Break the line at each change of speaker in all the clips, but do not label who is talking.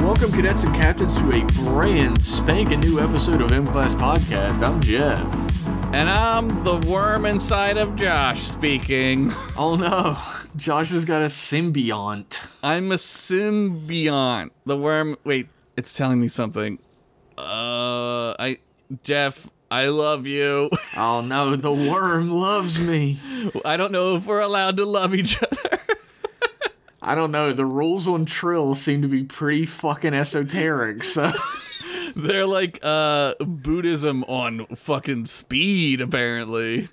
Welcome, cadets and captains, to a brand spanking new episode of M Class Podcast. I'm Jeff.
And I'm the worm inside of Josh speaking.
Oh no, Josh has got a symbiont.
I'm a symbiont. The worm. Wait, it's telling me something. Uh, I. Jeff, I love you.
Oh no, the worm loves me.
I don't know if we're allowed to love each other.
I don't know, the rules on Trill seem to be pretty fucking esoteric, so.
They're like uh Buddhism on fucking speed, apparently.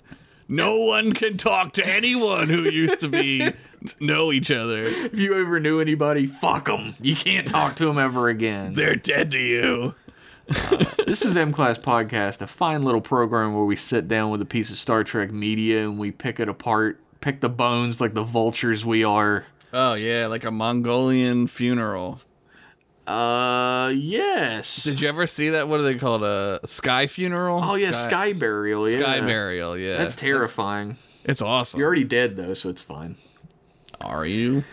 No one can talk to anyone who used to be know each other.
If you ever knew anybody, fuck them. You can't talk to them ever again.
They're dead to you.
This is M Class Podcast, a fine little program where we sit down with a piece of Star Trek media and we pick it apart, pick the bones like the vultures we are.
Oh yeah, like a Mongolian funeral.
Uh, yes.
Did you ever see that? What are they called? A sky funeral?
oh yeah, sky, burial. Yeah.
Sky burial. Yeah,
That's terrifying.
It's awesome.
You're already dead though, so it's fine.
Are you?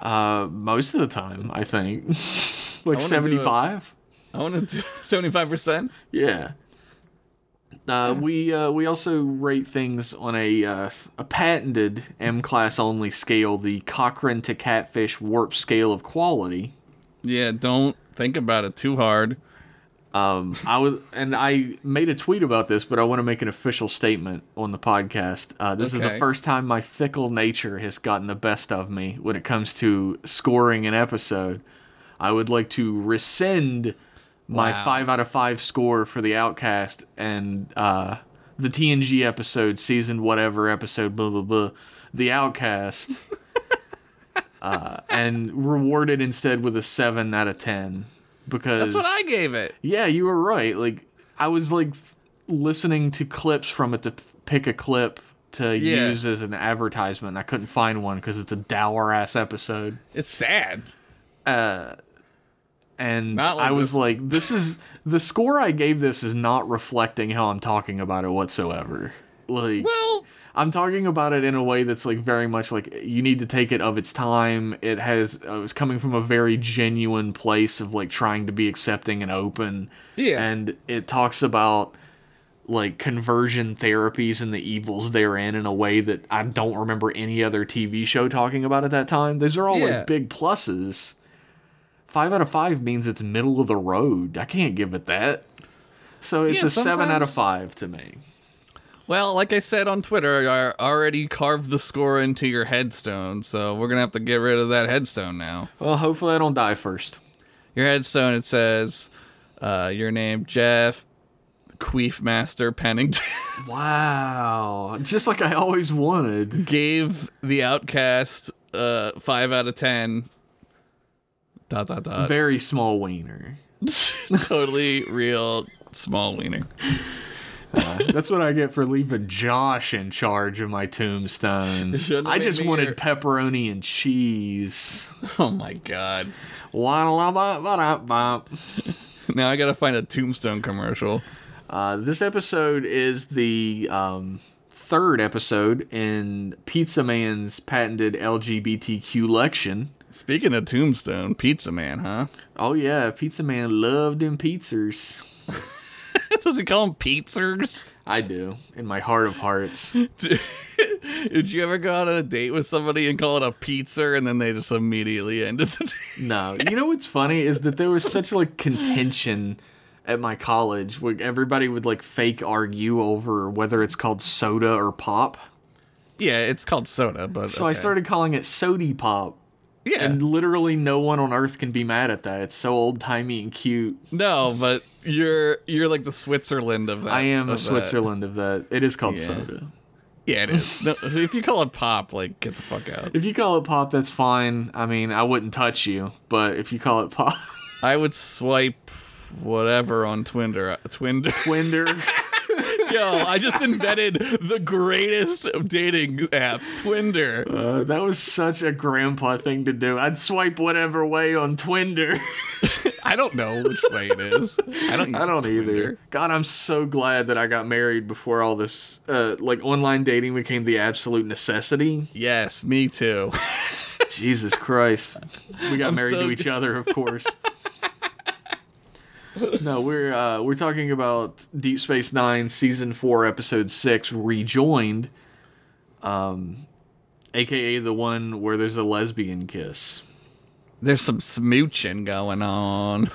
Uh, most of the time, I think. like
do a-
seventy five.
I want to seventy five percent.
Yeah. Uh, we uh, we also rate things on a uh, s- a patented M class only scale, the Cochrane to Catfish Warp Scale of Quality.
Yeah, don't think about it too hard.
Um, I was, and I made a tweet about this, but I want to make an official statement on the podcast. Uh, this is the
Okay.
first time my fickle nature has gotten the best of me when it comes to scoring an episode. I would like to rescind my
Wow.
five out of five score for the Outcast and uh, the TNG episode, season whatever episode, blah blah blah, the Outcast, uh, and reward it instead with a seven out of ten because
That's what I gave it.
yeah, you were right. Like I was like f- listening to clips from it to p- pick a clip to
Yeah.
use as an advertisement. and I couldn't find one because it's a dour ass episode,
It's sad.
and
Not like
I was
this.
like, "This is the score I gave. This is not reflecting how I'm talking about it whatsoever." Like
Well,
I'm talking about it in a way that's like very much like you need to take it of its time. It has uh, it's coming from a very genuine place of like trying to be accepting and open.
Yeah.
And it talks about like conversion therapies and the evils therein in a way that I don't remember any other TV show talking about at that time. Those are all
Yeah.
like big pluses. 5 out of 5 means it's middle of the road. I can't give it that. So it's
Yeah,
a 7 out of
sometimes-
5 to me.
well, like I said on Twitter, I already carved the score into your headstone, so we're gonna have to get rid of that headstone now.
Well, hopefully I don't die first.
Your headstone it says, uh, "Your name, Jeff Queefmaster Pennington."
Wow. Just like I always wanted.
gave the outcast uh five out of ten dot dot dot
Very small wiener.
totally real small wiener
That's what I get for leaving Josh in charge of my tombstone.
shouldn't have
I
made
just
me
wanted
your-
pepperoni and cheese.
oh my god
Wa-la-la-ba-ba-da-ba.
now i gotta find a tombstone commercial
Uh, this episode is the um, third episode in Pizza Man's patented LGBTQ lection.
speaking of tombstone pizza man huh
Oh, yeah, Pizza Man loved them pizzas.
does he call them pizzas
I do, in my heart of hearts.
did you ever go out on a date with somebody and call it a pizza and then they just immediately ended the date
No, you know what's funny is that there was such like contention at my college where everybody would like fake argue over whether it's called soda or pop.
yeah it's called soda but
So I
okay.
started calling it sody pop,
yeah
and literally no one on earth can be mad at that. It's so old timey and cute.
no but you're you're like the switzerland of that
I am
of
a
that.
Switzerland of that. It is called
Yeah.
soda.
Yeah, it is. No, if you call it pop, like get the fuck out.
If you call it pop, that's fine. I mean, I wouldn't touch you, but if you call it pop,
I would swipe whatever on Twinder. Twinder.
Winder.
Yo, I just invented the greatest dating app, Twinder.
Uh, that was such a grandpa thing to do. I'd swipe whatever way on Twinder.
I don't know which way it is. I don't. Use
I don't either.
Twinder.
God, I'm so glad that I got married before all this. Uh, like online dating became the absolute necessity.
Yes, me too.
Jesus Christ, we got married
so
to each other, of course. No, we're uh, we're talking about Deep Space Nine, season four, episode six, rejoined, um, aka the one where there's a lesbian kiss.
There's some smooching going on.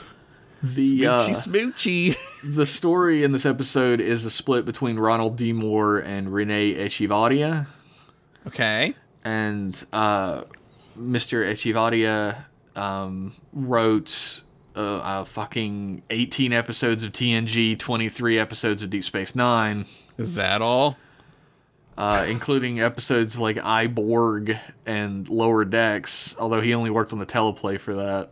The uh,
Smoochy, smoochy.
the story in this episode is a split between Ronald D. Moore and Renee Echevarria,
okay.
and uh, Mr. Echevarria um, wrote uh, uh, fucking 18 episodes of TNG, 23 episodes of Deep Space Nine.
Is that all?
uh, including episodes like I Borg and Lower Decks, although he only worked on the teleplay for that.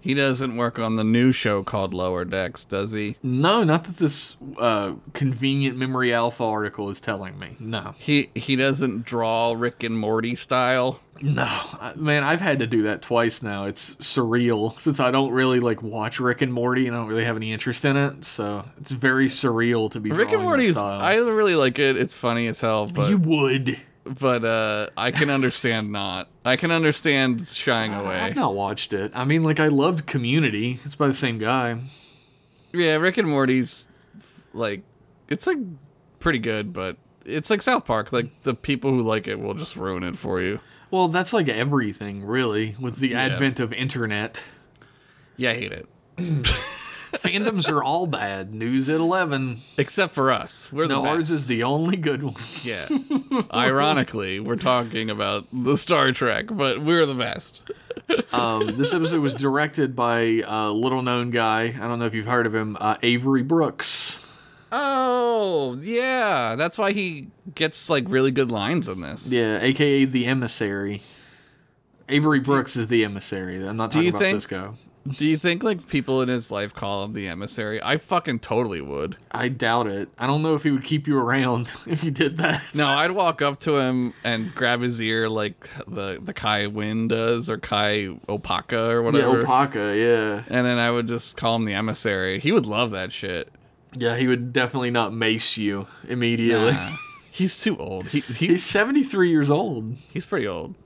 He doesn't work on the new show called Lower Decks, does he?
No, not that this uh, convenient memory alpha article is telling me. No,
He he doesn't draw Rick and Morty style.
no, I, man, I've had to do that twice now. It's surreal since I don't really like watch Rick and Morty and I don't really have any interest in it. So it's very surreal to be
Rick and Morty is I really like it. It's funny as hell, but
you would.
but uh I can understand not. I can understand shying away.
I've not watched it. I mean, like I loved Community. It's by the same guy.
Yeah, Rick and Morty's like it's like pretty good, but it's like South Park. Like the people who like it will just ruin it for you.
Well, that's like everything, really, with the advent of internet.
Yeah, I hate it.
Fandoms are all bad. News at 11.
Except for us. We're the
No,
best.
ours is the only good one.
Yeah. Ironically, we're talking about the Star Trek, but we're the best.
Um, this episode was directed by a little known guy. I don't know if you've heard of him, uh, Avery Brooks.
Oh, yeah. That's why he gets like really good lines in this.
Yeah, aka the emissary. Avery Brooks is the emissary. I'm not talking
you
about
think-
Cisco.
Do you think like people in his life call him the emissary? I fucking totally would.
I doubt it. I don't know if he would keep you around if you did that.
No, I'd walk up to him and grab his ear like the the Kai Wynn does or Kai Opaka or
Yeah,
whatever.
Opaka, yeah.
and then I would just call him the emissary. He would love that shit.
Yeah, he would definitely not mace you immediately.
Nah. he's too old. He, he
He's 73 years old.
he's pretty old.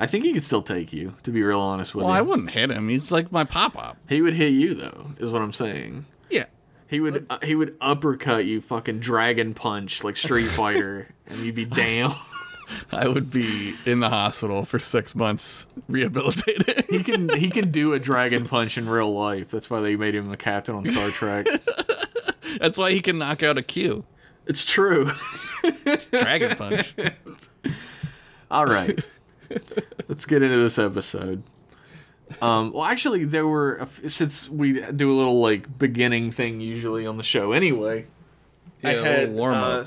I think he could still take you, to be real honest with
Well,
you.
I wouldn't hit him. He's like my pop up.
he would hit you though, is what I'm saying.
Yeah.
He would uh, he would uppercut you, fucking dragon punch like Street Fighter, and you'd be down.
I would be in the hospital for six months rehabilitating.
he can he can do a dragon punch in real life. That's why they made him a captain on Star Trek.
That's why he can knock out a Q.
it's true.
Dragon punch.
All right, let's get into this episode. Um, well, actually, there were a f- since we do a little like beginning thing usually on the show anyway. I
Yeah, a
had
little warm-up.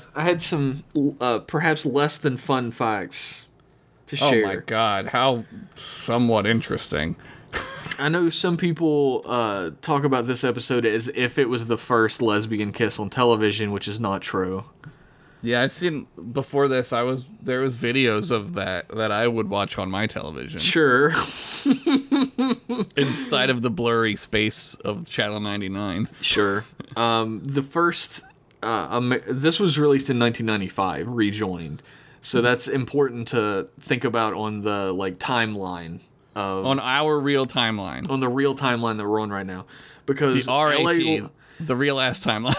uh, I had some uh, perhaps less than fun facts to
oh
share.
my god, how somewhat interesting.
I know some people uh, talk about this episode as if it was the first lesbian kiss on television, which is not true.
Yeah, I've seen before this. I was there was videos of that that I would watch on my television
Sure.
inside of the blurry space of Channel 99.
Sure. Um, the first, uh, um, this was released in 1995, rejoined. So that's important to think about on the like timeline of
On our real timeline,
on the real timeline that we're on right now, because
R18,
LA
the real ass timeline.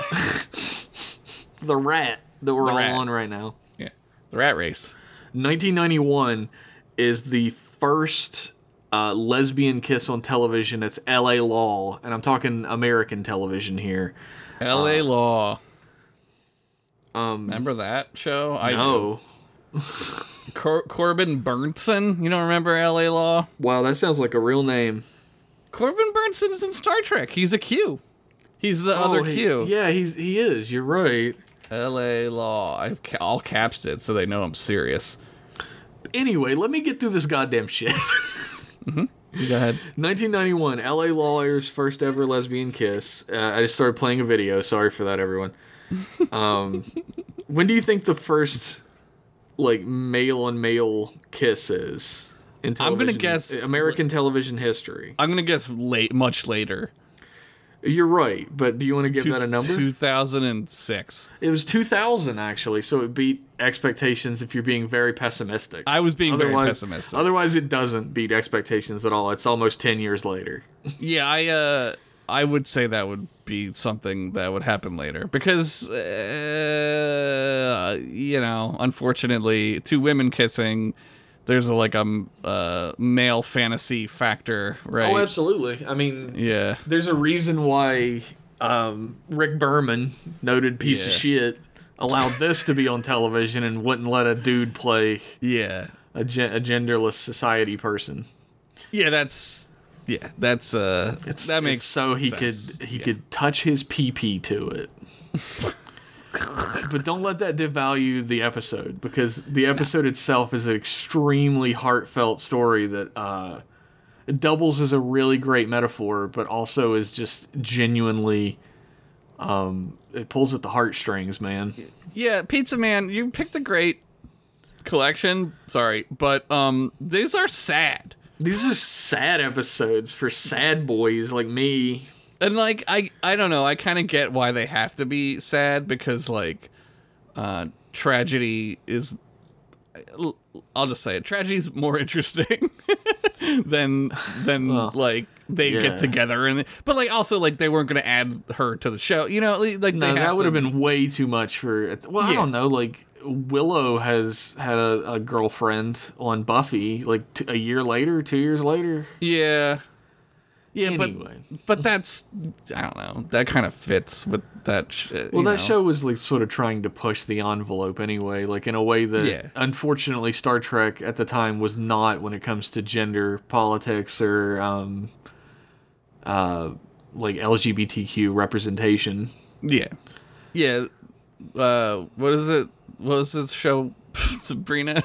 the rat that we're all
rat.
on right now.
yeah, the rat race.
1991 is the first uh, lesbian kiss on television. It's L.A. Law, and I'm talking American television here.
L.A.
Ah.
Law. Um, remember that show? I do.
Oh,
Cor- Corbin Burnson. You don't remember L.A. Law?
wow, that sounds like a real name.
Corbin Burnson is in Star Trek. He's a Q. He's the
Oh,
other
he-
Q.
Yeah, he's he is. You're right.
L.A. Law. I ca- all caps it so they know I'm serious.
Anyway, let me get through this goddamn shit.
Go ahead.
1991, L.A. Law airs first ever lesbian kiss. Uh, I just started playing a video. Sorry for that, everyone. Um, when do you think the first like male on male kiss is? In
I'm gonna
television-
guess-
American television history.
I'm gonna guess late, much later.
You're right, but do you want to give that a number?
2006.
It was 2000 actually, so it beat expectations. If you're being very pessimistic,
I was being very
Otherwise-
pessimistic.
Otherwise, it doesn't beat expectations at all. It's almost 10 years later.
yeah, I uh, I would say that would be something that would happen later because, uh, you know, unfortunately, two women kissing, there's a, like a um, uh, male fantasy factor, right?
Oh, absolutely. I mean,
yeah,
there's a reason why um, Rick Berman, noted piece of
Yeah.
shit, allowed this to be on television and wouldn't let a dude play
yeah,
a, gen- a genderless society person.
yeah. That's yeah, that's uh,
It's,
that
it's
makes
so he
sense.
could he could touch his pee pee to it. but don't let that devalue the episode because the episode itself is an extremely heartfelt story that uh, it doubles as a really great metaphor, but also is just genuinely. Um, it pulls at the heartstrings, man.
Yeah, Pizza Man, you picked a great collection. Sorry, but um, these are sad.
These are sad episodes for sad boys like me.
and like i i don't know i kind of get why they have to be sad because like uh tragedy is i'll just say it tragedy's more interesting than than like they
yeah.
get together and but like also like they weren't gonna add her to the show you know like they
No,
have
that would
to-
have been way too much for. Well, I
Yeah.
don't know. Like Willow has had a, a girlfriend on Buffy, like t- a year later, two years later.
yeah yeah
Anyway,
but but that's i don't know that kind of fits with that sh-
well, that show was like sort of trying to push the envelope anyway, like in a way that
Yeah.
unfortunately Star Trek at the time was not when it comes to gender politics or um, uh, like LGBTQ representation.
Yeah. Yeah. Uh, what is it? What was this show? Sabrina?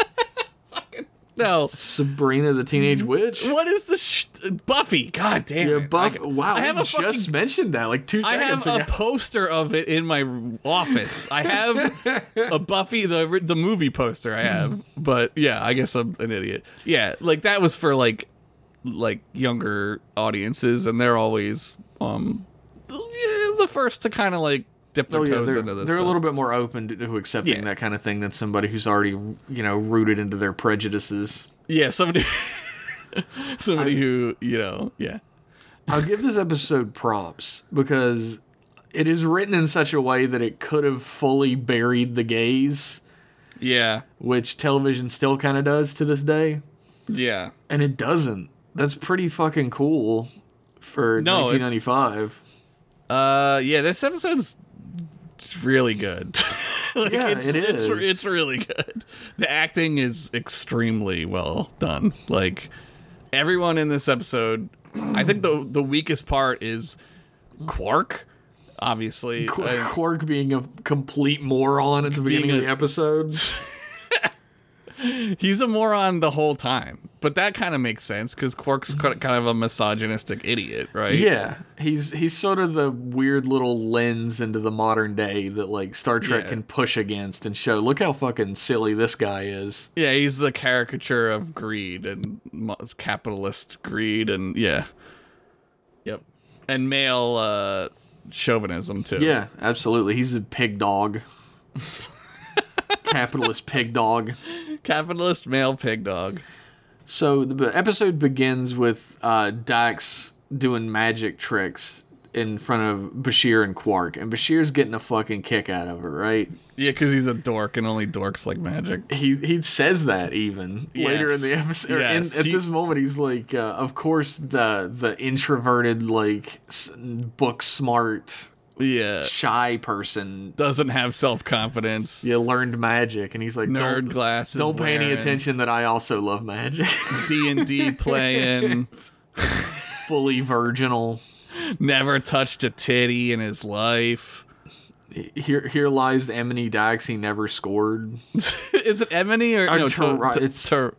Fucking- no.
Sabrina the Teenage Witch.
What is the sh- Buffy? God damn.
Yeah,
it.
Buff.
I-
wow,
I have
you
a fucking-
just mentioned that like two
I
seconds
have a
ago.
poster of it in my office. I have a Buffy the the movie poster. I have, but yeah, I guess I'm an idiot. Yeah, like that was for like like younger audiences, and they're always um the first to kind of like dip their
Oh, yeah,
toes
they're,
into this.
they're a
stuff.
little bit more open to, to accepting
Yeah.
that kind of thing than somebody who's already, you know, rooted into their prejudices.
Yeah, somebody, somebody who you know, yeah,
I'll give this episode props because it is written in such a way that it could have fully buried the gays,
yeah,
which television still kind of does to this day,
yeah.
and it doesn't. That's pretty fucking cool for
No, it's-
1995.
Uh, yeah. This episode's really good. Like,
Yeah,
it's,
it
It's,
is.
it's really good. The acting is extremely well done. Like everyone in this episode, I think the the weakest part is Quark. Obviously, Uh,
Qu-
I-
Quark being a complete moron at the beginning of
a-
the episode.
he's a moron the whole time. But that kind of makes sense because Quark's kind of a misogynistic idiot, right?
Yeah, he's he's sort of the weird little lens into the modern day that like Star Trek
Yeah.
can push against and show. Look how fucking silly this guy is.
Yeah, he's the caricature of greed and mo- it's capitalist greed and yeah. Yep. And male uh chauvinism too.
Yeah, absolutely. He's a pig dog. Capitalist pig dog.
Capitalist male pig dog.
So the b- episode begins with uh, Dax doing magic tricks in front of Bashir and Quark, and Bashir's getting a fucking kick out of it, right?
Yeah, cuz he's a dork and only dorks like magic.
he he says that even later in the
Yes.
episode. or
Yes,
in, at
he-
this moment, he's like, uh, of course, the the introverted, like s- book smart,
Yeah.
shy person.
Doesn't have self-confidence.
You learned magic, and he's like,
Nerd
don't,
glasses.
don't pay any
wearing,
attention that I also love magic.
D&D playing.
Fully virginal.
never touched a titty in his life.
Here here lies Emily Dax. He never scored.
Is it Emily or, no?
Tari-
Tor- t-
it's-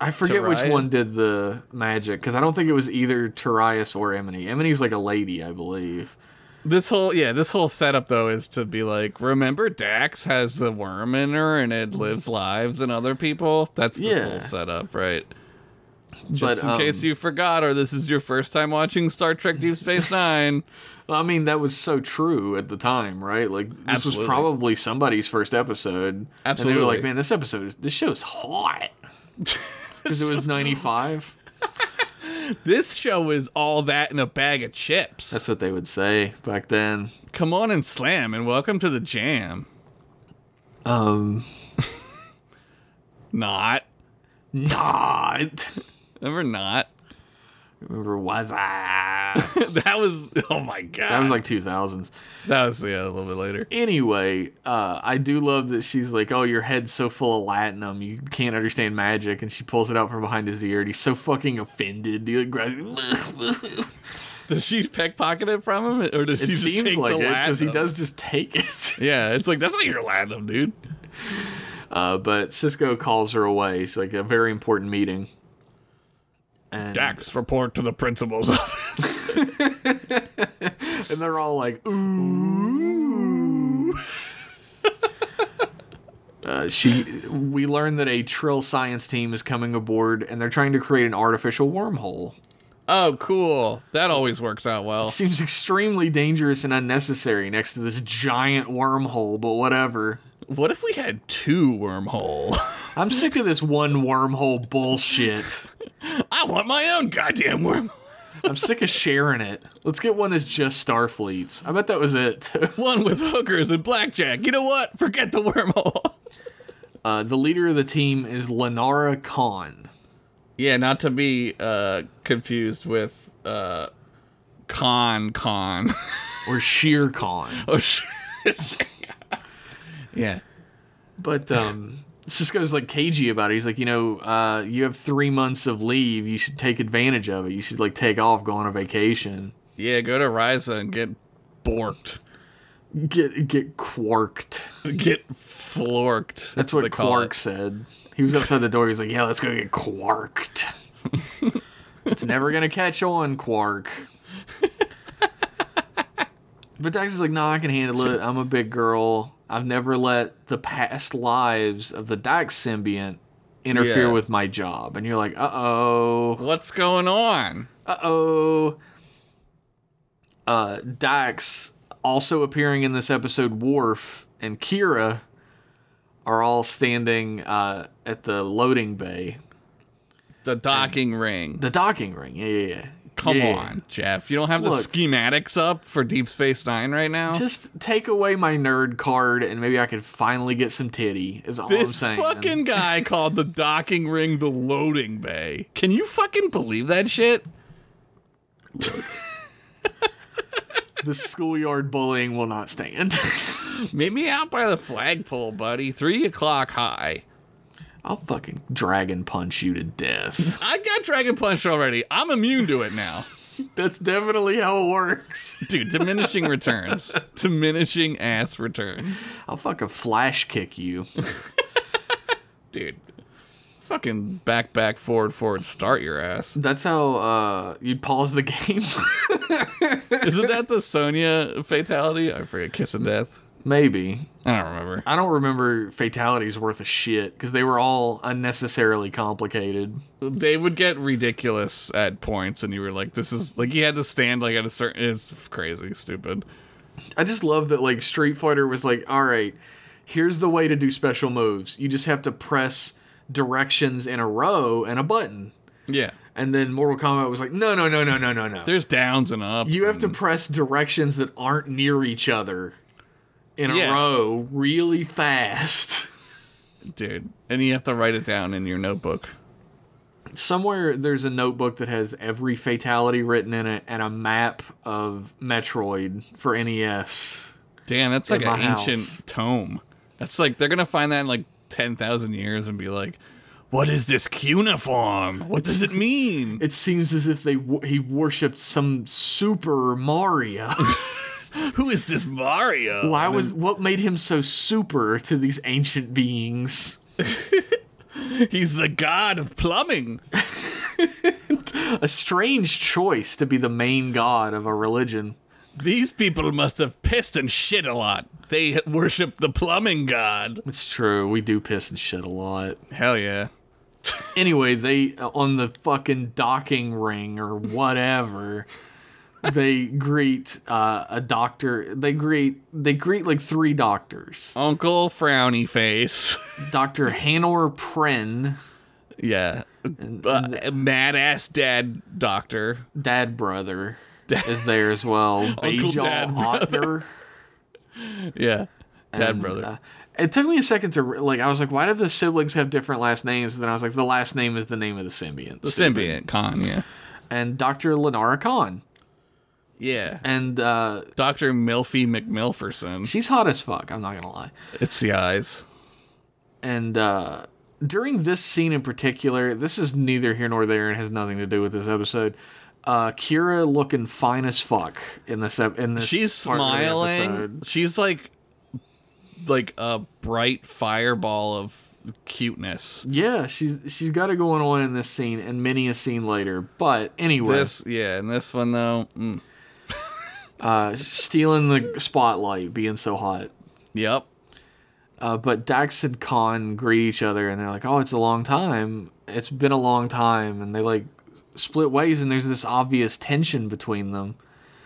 I forget which
Tarius?
one did the magic because I don't think it was either Tarius or Emily. Emily's like a lady, I believe.
This whole yeah, this whole setup though is to be like, remember Dax has the worm in her and it lives lives in other people. That's this
Yeah.
whole setup, right? Just
But,
in
um,
case you forgot or this is your first time watching Star Trek Deep Space Nine.
Well, I mean, that was so true at the time, right? Like this was
Absolutely.
probably somebody's first episode. And they were like,
Absolutely.
man, this episode, is- this show is hot because it was ninety five.
This show is all that in a bag of chips.
That's what they would say back then.
Come on and slam, and welcome to the jam.
Um,
Not.
not.
Remember, not.
Remember was I?
that was. Oh my god.
That was like 2000s.
That was yeah, a little bit later.
Anyway, uh, I do love that she's like, "Oh, your head's so full of latinum, you can't understand magic," and she pulls it out from behind his ear, and he's so fucking offended. He like, grabs-
Does she pickpocket it from him, or does
it
she just
seems
take
like it
the
because he
latinum?
does just take it.
Yeah, it's like that's not your latinum, dude.
Uh, but Cisco calls her away. It's like a very important meeting. And,
Dax, report to the principal's office.
and they're all like, ooh. uh, she, we learn that a Trill science team is coming aboard, and they're trying to create an artificial wormhole.
Oh, cool. That always works out well.
Seems extremely dangerous and unnecessary next to this giant wormhole, but whatever.
What if we had two wormhole?
I'm sick of this one wormhole bullshit.
I want my own goddamn wormhole.
I'm sick of sharing it. Let's get one that's just Starfleet's. I bet that was it. too.
One with hookers and blackjack. You know what? Forget the wormhole.
Uh, the leader of the team is Lenara Khan.
Yeah, not to be uh, confused with uh, con con.
or Sheer Khan.
oh shit. yeah.
But um, Cisco's like cagey about it. He's like, you know, uh, you have three months of leave. You should take advantage of it. You should like take off, go on a vacation,
Yeah, go to Riza and get borked.
get get quarked.
Get florked.
That's what
they call it.
Quark said. He was outside the door. He's like, yeah, let's go get quarked. it's never gonna catch on, Quark. but Dax is like, no, I can handle it. I'm a big girl. I've never let the past lives of the Dax symbiont interfere
Yeah.
with my job. And you're like, uh oh,
What's going on?
uh oh. Uh, Dax also appearing in this episode. Worf and Kira are all standing uh, at the loading bay,
The docking ring.
the docking ring. Yeah, yeah, yeah.
Come
Yeah.
on, Jeff. You don't have
Look.
the schematics up for Deep Space Nine right now?
Just take away my nerd card, and maybe I could finally get some titty. Is all
this
I'm saying.
fucking guy called the docking ring the loading bay. Can you fucking believe that shit?
the schoolyard bullying will not stand.
Meet me out by the flagpole, buddy. Three o'clock high.
I'll fucking dragon punch you to death.
I got Dragon Punch already. I'm immune to it now.
That's definitely how it works.
Dude, diminishing returns. diminishing ass returns.
I'll fucking flash kick you.
Dude. Fucking back, back, forward, forward, start your ass.
That's how uh, you'd pause the game.
Isn't that the Sonya fatality? I forget. Kiss of death.
Maybe.
I don't remember.
I don't remember fatalities worth a shit because they were all unnecessarily complicated.
they would get ridiculous at points and you were like this is like you had to stand like at a certain it's crazy stupid
I just love that, like, Street Fighter was like, all right, here's the way to do special moves. You just have to press directions in a row and a button.
yeah
And then Mortal Kombat was like, no, no, no, no, no, no, no.
there's downs and ups
You have to
and-
press directions that aren't near each other in a
Yeah.
row really fast.
dude and you have to write it down in your notebook
somewhere there's a notebook that has every fatality written in it and a map of Metroid for E NES.
damn that's like
In
an
my
ancient
house.
tome that's like they're gonna find that in like 10,000 years and be like what is this cuneiform what does it mean
It seems as if they wo- he worshipped some Super Mario.
who is this mario
Why was what made him so super to these ancient beings?
he's the god of plumbing
A strange choice to be the main god of a religion.
these people must have pissed and shit a lot they worship the plumbing god
It's true. We do piss and shit a lot.
Hell yeah.
anyway, they uh, on the fucking docking ring or whatever. they greet uh, a doctor. They greet they greet like three doctors.
Uncle Frowny Face.
Doctor Hanor Pren,
yeah. uh, mad ass dad doctor.
Dad brother is there as well. Bajal
Dad
Author.
Yeah, dad
And,
brother.
uh, it took me a second to re- like. I was like, why do the siblings have different last names? And then I was like, the last name is the name of the symbiote.
the symbiont con. Yeah,
and Doctor Lenara Khan.
yeah.
And uh,
Doctor Milfy McMilferson.
she's hot as fuck. I'm not gonna lie.
It's the eyes.
And uh, during this scene in particular, this is neither here nor there and has nothing to do with this episode. Uh, Kira looking fine as fuck in this ep- in this.
She's
part of the
smiling.
episode.
She's like, like a bright fireball of cuteness.
Yeah, she's she's got it going on in this scene and many a scene later. But anyway,
This, yeah, and this one though, mm,
uh, stealing the spotlight, being so hot.
yep.
Uh, but Dax and Khan greet each other and they're like, "Oh, it's a long time. It's been a long time." And they like split ways and there's this obvious tension between them.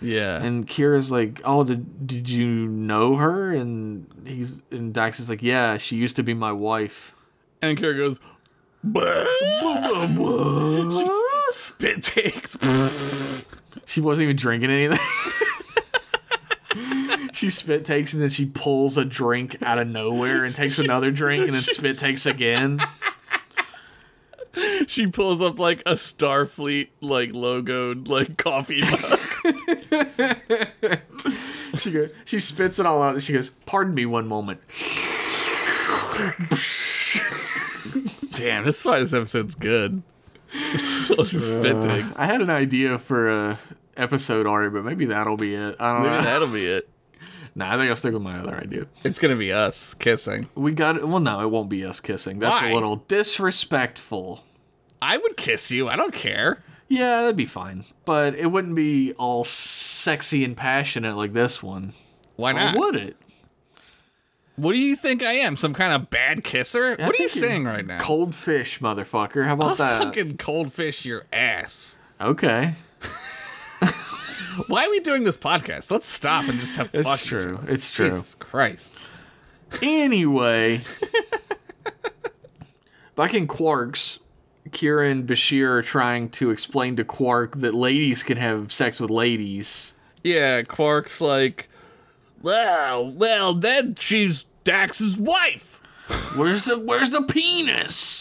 Yeah.
And Kira's like, "Oh, did did you know her?" And he's and Dax is like, "Yeah, she used to be my wife."
And Kira goes, She spit takes.
She wasn't even drinking anything. she spit takes and then she pulls a drink out of nowhere and takes another drink and then spit takes again.
she pulls up like a Starfleet like logoed like coffee mug.
She goes, she spits it all out and she goes, "Pardon me one moment."
Damn, this why this episode's good. spit takes.
I had an idea for a episode art, but maybe that'll be it. I don't
Maybe
know.
that'll be it.
Nah, I think I'll stick with my other idea.
It's gonna be us kissing.
We got it. Well, no, it won't be us kissing. That's
Why?
a little disrespectful.
I would kiss you. I don't care.
Yeah, that'd be fine, but it wouldn't be all sexy and passionate like this one,
Why
or
not?
would it?
What do you think I am? Some kind of bad kisser?
I
what are you
think you're
saying right now?
Cold fish, motherfucker. How about
I'll
that?
fucking cold fish your ass.
Okay,
Why are we doing this podcast? Let's stop and just have
it's
fun.
true. It's true.
Jesus Christ.
Anyway, back in Quarks, Kira and Bashir are trying to explain to Quark that ladies can have sex with ladies.
Yeah, Quark's like, well, well, then she's Dax's wife.
Where's the Where's the penis?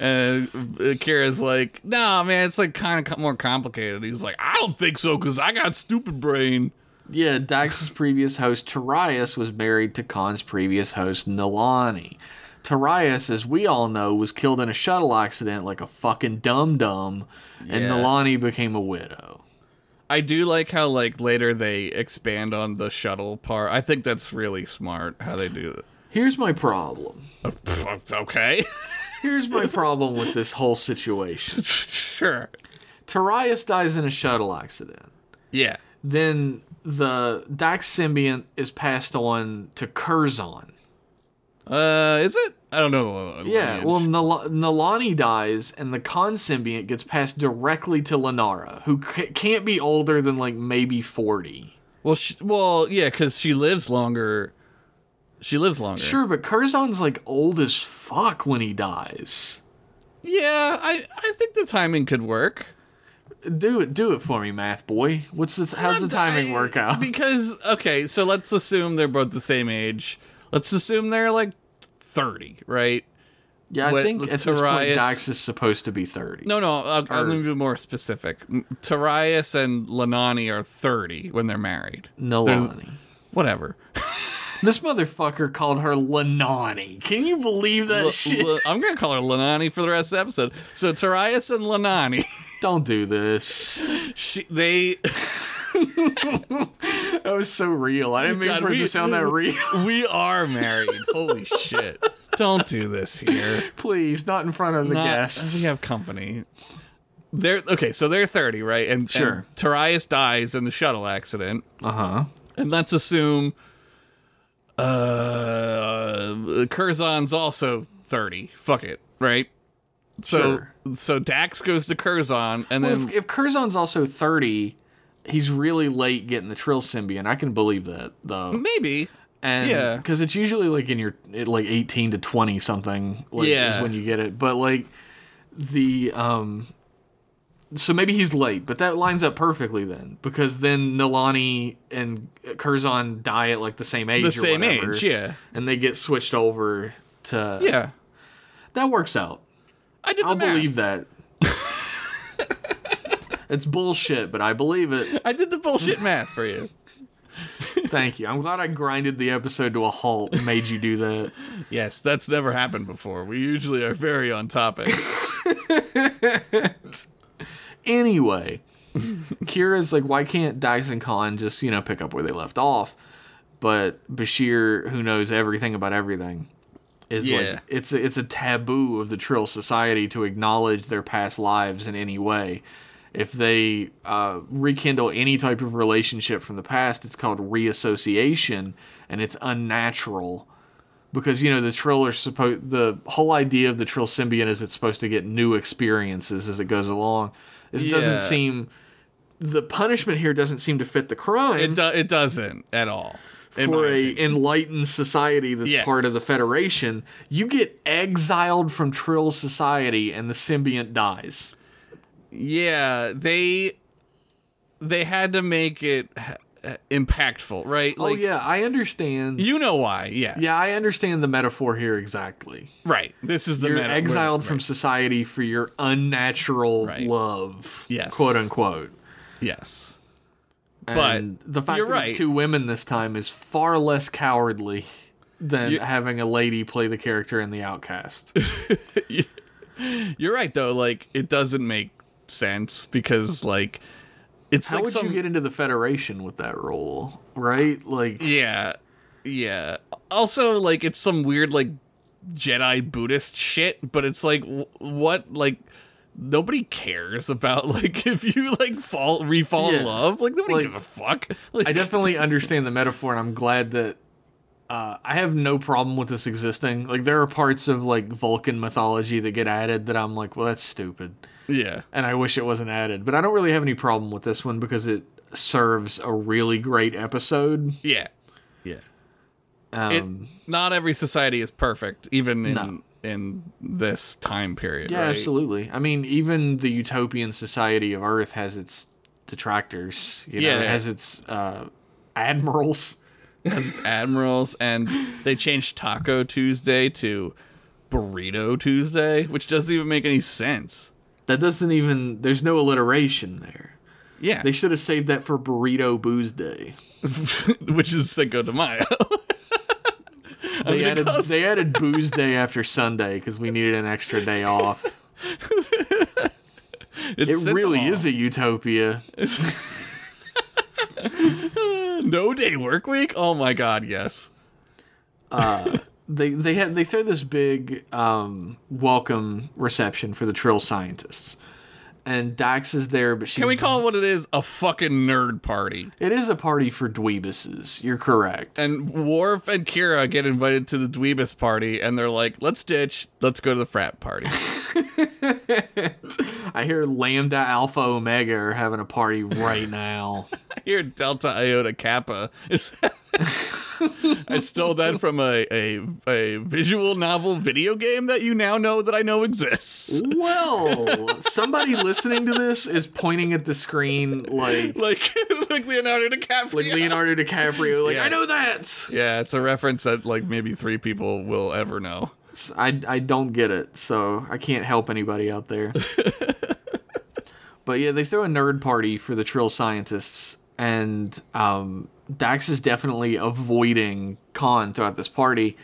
And uh, Kira's like, no, man, it's like kind of more complicated. He's like, I don't think so, cause I got stupid brain.
Yeah, Dax's previous host Tarius was married to Khan's previous host Nilani. Tarius, as we all know, was killed in a shuttle accident like a fucking dum dum, and
Yeah.
Nilani became a widow.
I do like how like later they expand on the shuttle part. I think that's really smart how they do it.
Here's my problem.
Oh, pff, okay,
Here's my problem with this whole situation.
sure.
Tarius dies in a shuttle accident.
Yeah,
Then the Dax symbiont is passed on to Curzon.
uh, is it? I don't know. uh,
Yeah, well, Nal- Nalani dies, and the Khan symbiont gets passed directly to Lanara, who c- can't be older than like maybe 40.
well, she, well, yeah, because she lives longer. She lives longer.
Sure, but Curzon's like old as fuck when he dies.
Yeah, I I think the timing could work.
Do it, do it for me, math boy. What's the how's the timing
I-
work out?
Because okay, so let's assume they're both the same age. Let's assume they're like thirty, right?
Yeah, I
what-
think at this point
Tarius-
Dax is supposed to be 30.
No, no, I'll, I'm going to be more specific. M- Tarius and Lanani are thirty when they're married.
Mm. Nalani.
Whatever.
This motherfucker called her Lanani. Can you believe that
L-
shit?
L- I'm going to call her Lanani for the rest of the episode. So Tarius and Lanani,
Don't do this.
she, they
That was so real. I didn't mean
God,
for it
we-
to sound that real.
we are married. Holy shit! Don't do this here.
Please, not in front of the
not-
guests.
We have company. They're okay, so they're thirty, right? And
Sure.
And Tarius dies in the shuttle accident,
Uh huh.
and let's assume uh Curzon's also thirty. Fuck it, right? So
Sure.
so Dax goes to Curzon, and then
If, if Curzon's also 30, he's really late getting the Trill symbiont. I can believe that, though.
maybe
And,
Yeah.
Because it's usually like in your, it, like 18 to 20 something. Like,
Yeah.
Is when you get it. But like, the um so maybe he's late, but that lines up perfectly then because then Nilani and Curzon die at like the same age
The
or
same
whatever,
age, yeah.
and they get switched over to
Yeah.
That works out.
I did
I'll
the math.
believe that. it's bullshit, but I believe it.
I did the bullshit math for you.
Thank you. I'm glad I grinded the episode to a halt and made you do that.
Yes, that's never happened before. We usually are very on topic.
Anyway, Kira's like, why can't Dice and Khan just, you know, pick up where they left off? But Bashir, who knows everything about everything, is
Yeah.
like it's a, it's a taboo of the Trill society to acknowledge their past lives in any way. If they uh, rekindle any type of relationship from the past, it's called reassociation, and it's unnatural because you know the Trill are supposed the whole idea of the Trill symbiont is it's supposed to get new experiences as it goes along. This
Yeah.
doesn't seem the punishment here doesn't seem to fit the crime
It do- it doesn't at all. in
for
my
a
opinion.
enlightened society that's
Yes.
part of the Federation. You get exiled from Trill society and the symbiont dies.
yeah, they they had to make it uh, impactful, right?
oh yeah, I understand.
you know why? Yeah.
yeah, I understand the metaphor here exactly.
Right. This is the
You're
meta-
exiled
right,
from
right.
society for your unnatural
Right.
love,
Yes.
quote unquote.
Yes. But
And the fact
you're
that
right.
it's two women this time is far less cowardly than
You-
having a lady play the character in The Outcast.
You're right though. Like it doesn't make sense because like it's
How
like
would
some
you get into the Federation with that role, right? Like,
yeah yeah. Also like it's some weird like Jedi Buddhist shit, but it's like w- what like nobody cares about like if you like fall refall
Yeah.
in love like nobody
Like,
gives a fuck. Like,
I definitely understand the metaphor, and I'm glad that uh, I have no problem with this existing. Like, there are parts of like Vulcan mythology that get added that I'm like, well, that's stupid,
yeah
and I wish it wasn't added. But I don't really have any problem with this one because it serves a really great episode.
yeah yeah.
Um,
it, not every society is perfect, even in
No.
in this time period.
Yeah,
right?
absolutely. I mean, even the utopian society of Earth has its detractors. You know,
Yeah.
it has its uh, admirals.
Because it's admirals, and they changed Taco Tuesday to Burrito Tuesday, which doesn't even make any sense.
That doesn't even. There's no alliteration there.
Yeah,
They should have saved that for Burrito Booze Day.
which is Cinco de Mayo.
They added they added Booze Day after Sunday because we needed an extra day off. It really is a utopia.
no day work week. Oh my god, yes.
They they had they throw this big um, welcome reception for the Trill scientists, and Dax is there, but she's
Can we call it what it is? A fucking nerd party.
It is a party for dweebuses. You're correct.
And Worf and Kira get invited to the Dweebus party, and they're like, "Let's ditch. Let's go to the frat party."
I hear Lambda Alpha Omega are having a party right now.
Here, Delta Iota Kappa. is- I stole that from a, a a visual novel video game that you now know that I know exists.
well, somebody listening to this is pointing at the screen like
Like like Leonardo DiCaprio.
like Leonardo DiCaprio. Like
Yeah.
I know that.
yeah, it's a reference that like maybe three people will ever know.
I I don't get it, so I can't help anybody out there. but yeah, they throw a nerd party for the Trill scientists, and um, Dax is definitely avoiding Khan throughout this party,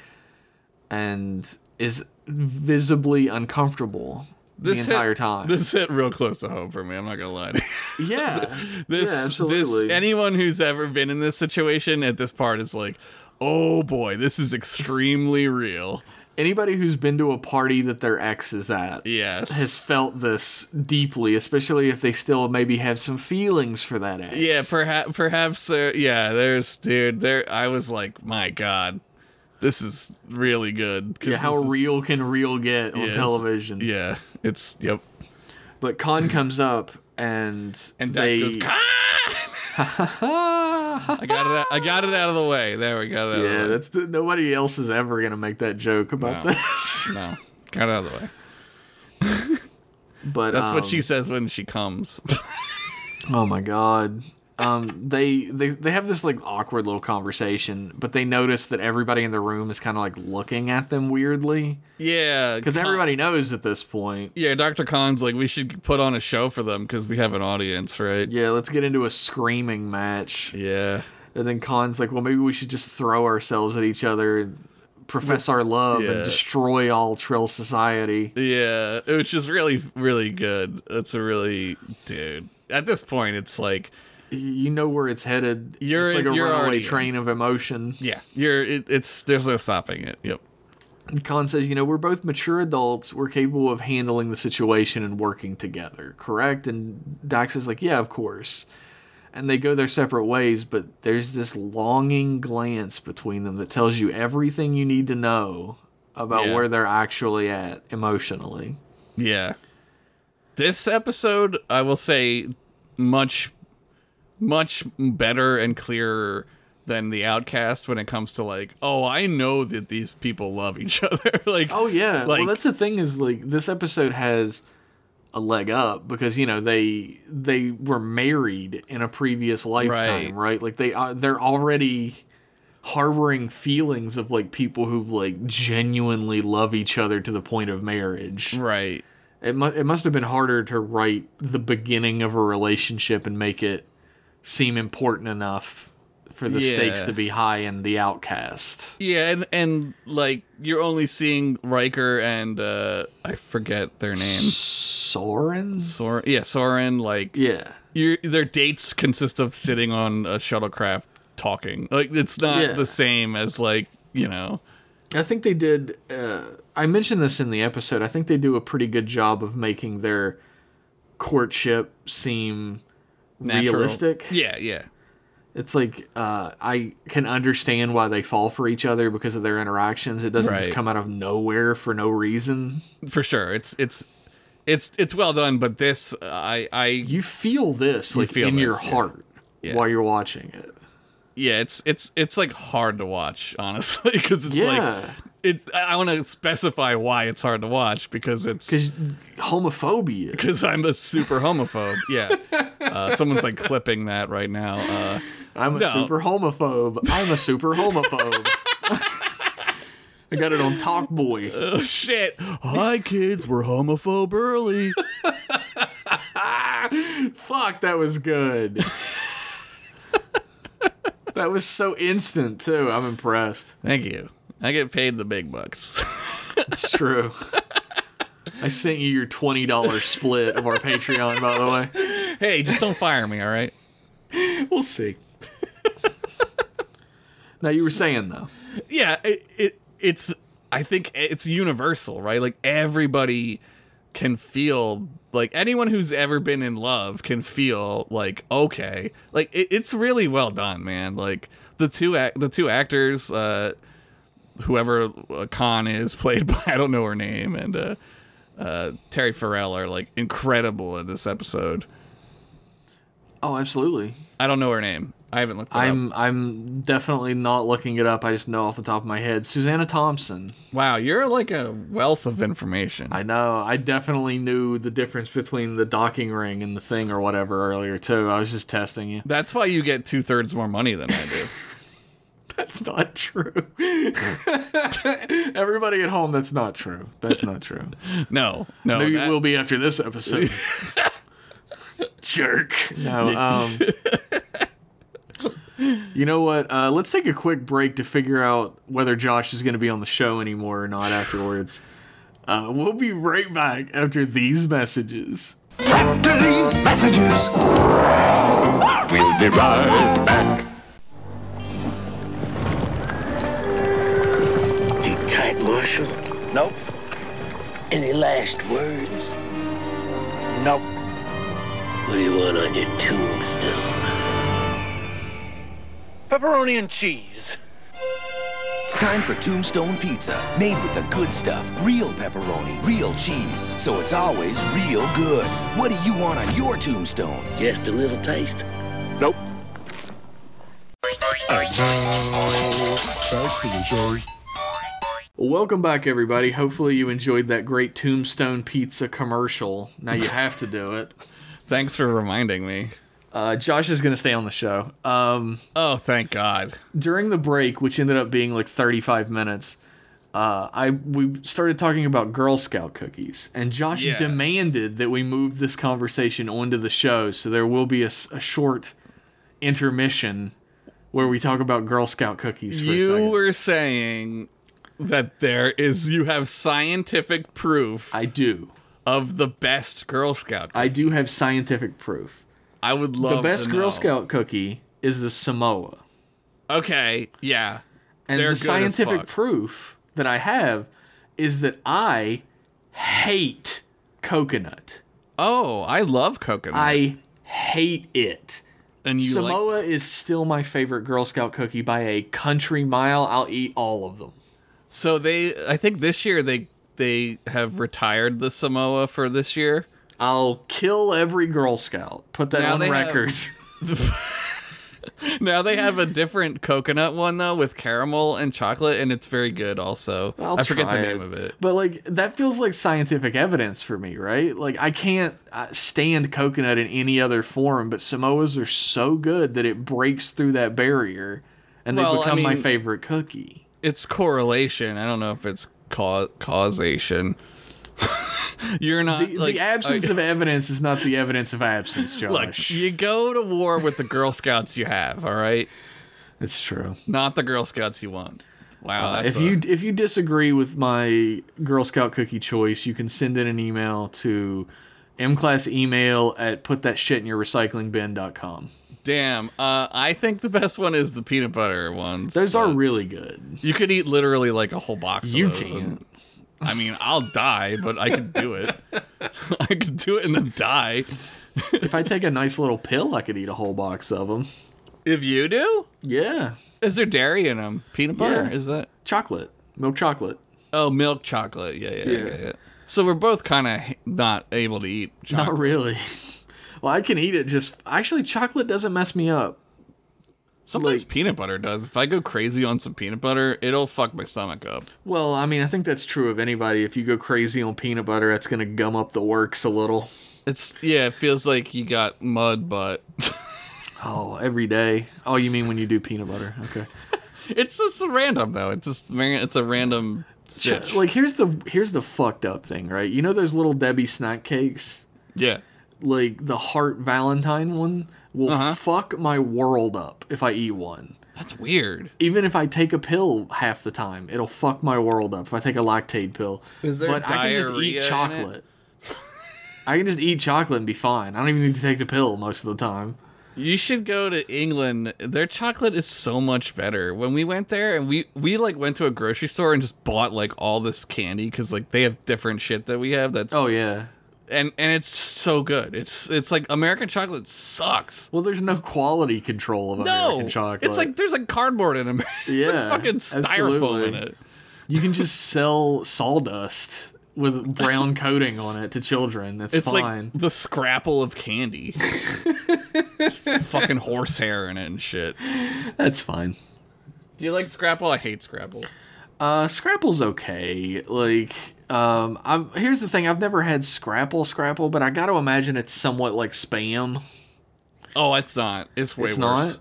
and is visibly uncomfortable
This
the entire
hit,
time.
This hit real close to home for me. I'm not gonna lie. To you.
yeah,
This,
yeah,
This,
absolutely.
anyone who's ever been in this situation at this part is like, oh boy, this is extremely real.
Anybody who's been to a party that their ex is at.
Yes.
Has felt this deeply, especially if they still maybe have some feelings for that ex.
Yeah, perhaps perhaps there yeah, there's dude, there I was like, my god. This is really good. 'cause
Yeah, how
this is-
real can real get on
Yes.
television?
Yeah, it's yep.
But Khan comes up and
And Dax
they
goes, "Khan!" I got it out, I got it out of the way. There we go.
yeah, that's the, nobody else is ever gonna make that joke about
No.
this.
no. Got it out of the way.
But
That's what
um,
she says when she comes.
Oh my god. Um, they, they they have this like awkward little conversation, but they notice that everybody in the room is kind of like looking at them weirdly
yeah,
because everybody knows at this point.
Yeah, Dr. Khan's like, we should put on a show for them because we have an audience, right?
Yeah, let's get into a screaming match,
Yeah.
and then Khan's like, "Well, maybe we should just throw ourselves at each other, and profess our love,
Yeah.
and destroy all Trill society."
Yeah, which is really, really good. That's a really, dude. At this point, it's like,
You know where it's headed.
You're-
it's like a
you're
runaway
already-
train of emotion.
yeah, you're. It, it's there's no stopping it. Yep.
Khan says, you know, we're both mature adults. We're capable of handling the situation and working together, correct? And Dax is like, yeah, of course. And they go their separate ways, but there's this longing glance between them that tells you everything you need to know about
Yeah.
where they're actually at emotionally.
Yeah. This episode, I will say, much, much better and clearer than the Outcast when it comes to like, oh, I know that these people love each other. like,
Oh yeah. well,
Like-
that's the thing is like this episode has a leg up because you know they they were married in a previous lifetime, right?
Right.
Like they are they're already harboring feelings of like people who like genuinely love each other to the point of marriage.
right.
It mu- it must have been harder to write the beginning of a relationship and make it seem important enough for the stakes
Yeah.
to be high in the outcast.
Yeah, and and like you're only seeing Riker and uh I forget their name.
Sorens?
Soren. Yeah, Soren. Like
Yeah.
your their dates consist of sitting on a shuttlecraft talking. Like it's not
Yeah.
the same as like you know.
I think they did. Uh, I mentioned this in the episode. I think they do a pretty good job of making their courtship seem
natural-
realistic.
Yeah, yeah,
It's like uh, I can understand why they fall for each other because of their interactions. It doesn't just
Right.
come out of nowhere for no reason.
for sure. It's it's it's it's well done, but this I I
You feel this like
feel
in your
this, yeah.
heart
Yeah.
while you're watching it.
yeah it's it's it's like hard to watch honestly because it's
Yeah.
like it's I, I want to specify why it's hard to watch because it's
Because homophobia.
because I'm a super homophobe. Yeah. Uh, someone's like clipping that right now. Uh,
I'm a
No.
super homophobe. I'm a super homophobe. I got it on Talk Boy.
oh, shit. Hi, kids. We're homophobe early.
Fuck, that was good. that was so instant too. I'm impressed.
Thank you. I get paid the big bucks.
It's true. I sent you your twenty dollar split of our Patreon, by the way.
hey, just don't fire me, all right?
We'll see. now you were saying though.
Yeah, it, it it's I think it's universal, right? Like everybody can feel like anyone who's ever been in love can feel like okay, like it, it's really well done, man. Like the two ac- the two actors, uh, whoever uh, Khan is played by, I don't know her name, and uh, uh, Terry Farrell are like incredible in this episode.
Oh, absolutely.
I don't know her name. I haven't looked. It up.
I'm I'm definitely not looking it up. I just know off the top of my head. Susanna Thompson.
Wow, you're like a wealth of information.
I know. I definitely knew the difference between the docking ring and the thing or whatever earlier too. I was just testing you.
That's why you get two thirds more money than I do.
That's not true. Everybody at home, that's not true. That's not true.
No, no.
Maybe
that-
it will be after this episode. Jerk. No. Um, you know what? Uh, let's take a quick break to figure out whether Josh is going to be on the show anymore or not afterwards. Uh, we'll be right back after these messages.
After these messages, we'll be right back.
You tight, Marshal?
Nope,
Any last words?
nope.
What do you want on your tombstone?
Pepperoni and cheese.
Time for Tombstone Pizza, made with the good stuff. Real pepperoni, real cheese, so it's always real good. What do you want on your tombstone?
Just a little taste.
Nope.
Welcome back, everybody. Hopefully, you enjoyed that great Tombstone Pizza commercial. Now you have to do it.
Thanks for reminding me.
Uh, Josh is going to stay on the show. Um,
Oh, thank God.
during the break, which ended up being like 35 minutes, uh, I we started talking about Girl Scout cookies, and Josh
Yeah.
demanded that we move this conversation onto the show. So there will be a, s- a short intermission where we talk about Girl Scout cookies for a
You
second.
were saying that there is you have scientific proof
I do.
of the best Girl Scout.
I do have scientific proof.
I would love
The best
to
Girl
know.
Scout cookie is the Samoa.
Okay, yeah.
And
They're
the
good as
scientific
fuck.
proof that I have is that I hate coconut.
Oh, I love coconut.
I hate it.
and you like
Samoa is still my favorite Girl Scout cookie by a country mile. I'll eat all of them.
so they. I think this year they they have retired the Samoa for this year.
I'll kill every Girl Scout. Put that
Now
on
they have-
record.
Now they have a different coconut one though with caramel and chocolate, and it's very good. Also,
I'll
I forget
try
the name of it.
But like that feels like scientific evidence for me, right? Like I can't uh, stand coconut in any other form, but Samoas are so good that it breaks through that barrier and
Well,
they
I
become my
mean-
favorite cookie.
It's correlation. I don't know if it's ca- causation. You're not
The,
like
the absence
I-
of evidence is not the evidence of absence,
Look,
Josh.
you go to war with the Girl Scouts you have, all right?
it's true.
Not the Girl Scouts you want. Wow, that's
Uh, if you if you disagree with my Girl Scout cookie choice, you can send in an email to mclassemail at put that shit in your recycling bin.com.
damn. Uh, I think the best one is the peanut butter ones.
Those are
but
really good.
you could eat literally like a whole box.
You
of those
can't.
and- I mean, I'll die, but I could do it. I could do it and then die.
if I take a nice little pill, I could eat a whole box of them.
If you do,
Yeah,
is there dairy in them? Peanut butter?
Yeah.
Is that?
chocolate, milk chocolate.
Oh, milk chocolate. Yeah, yeah, yeah.
Yeah.
yeah, yeah. So we're both kind of not able to eat chocolate.
Not really. well, I can eat it. Just actually, chocolate doesn't mess me up.
Sometimes
like-
peanut butter does. If I go crazy on some peanut butter, it'll fuck my stomach up.
Well, I mean, I think that's true of anybody. If you go crazy on peanut butter, that's gonna gum up the works a little.
It's yeah, it feels like you got mud butt.
Oh, every day. Oh, you mean when you do peanut butter? Okay.
it's just random though. It's just ra- it's a random stitch.
Like here's the here's the fucked up thing, right? You know those little Debbie snack cakes,
yeah.
like the heart Valentine one, will
Uh-huh.
fuck my world up if I eat one.
That's weird.
even if I take a pill half the time, it'll fuck my world up. If I take a lactate pill,
Is there
but I can just
diarrhea
eat
in
chocolate. I can just eat chocolate and be fine. I don't even need to take the pill most of the time.
You should go to England. Their chocolate is so much better. When we went there and we we like went to a grocery store and just bought like all this candy cuz like they have different shit that we have that's
Oh yeah.
and and it's so good. It's it's like American chocolate sucks.
Well, there's no quality control of
No,
American chocolate.
it's like there's like cardboard in America.
Yeah,
fucking styrofoam in
absolutely.
it.
you can just sell sawdust with brown coating on it to children. That's
It's
fine.
like the scrapple of candy. fucking horsehair in it and shit.
That's fine.
Do you like scrapple? I hate scrapple.
Uh, Scrapple's okay. Like, um, I'm here's the thing. I've never had Scrapple, Scrapple, but I got to imagine it's somewhat like spam.
Oh, it's not. It's way
It's
worse.
not?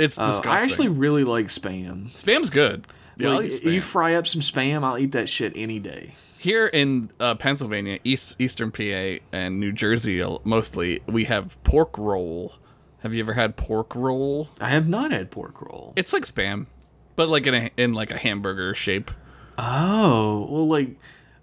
It's
Uh,
disgusting.
I actually really like spam.
spam's good. Yeah, I'll
Like,
eat
You
spam.
fry up some spam, I'll eat that shit any day.
Here in uh, Pennsylvania, East Eastern PA and New Jersey uh, mostly, we have pork roll. Have you ever had pork roll?
I have not had pork roll.
It's like spam, but like in a in like a hamburger shape.
Oh, well, like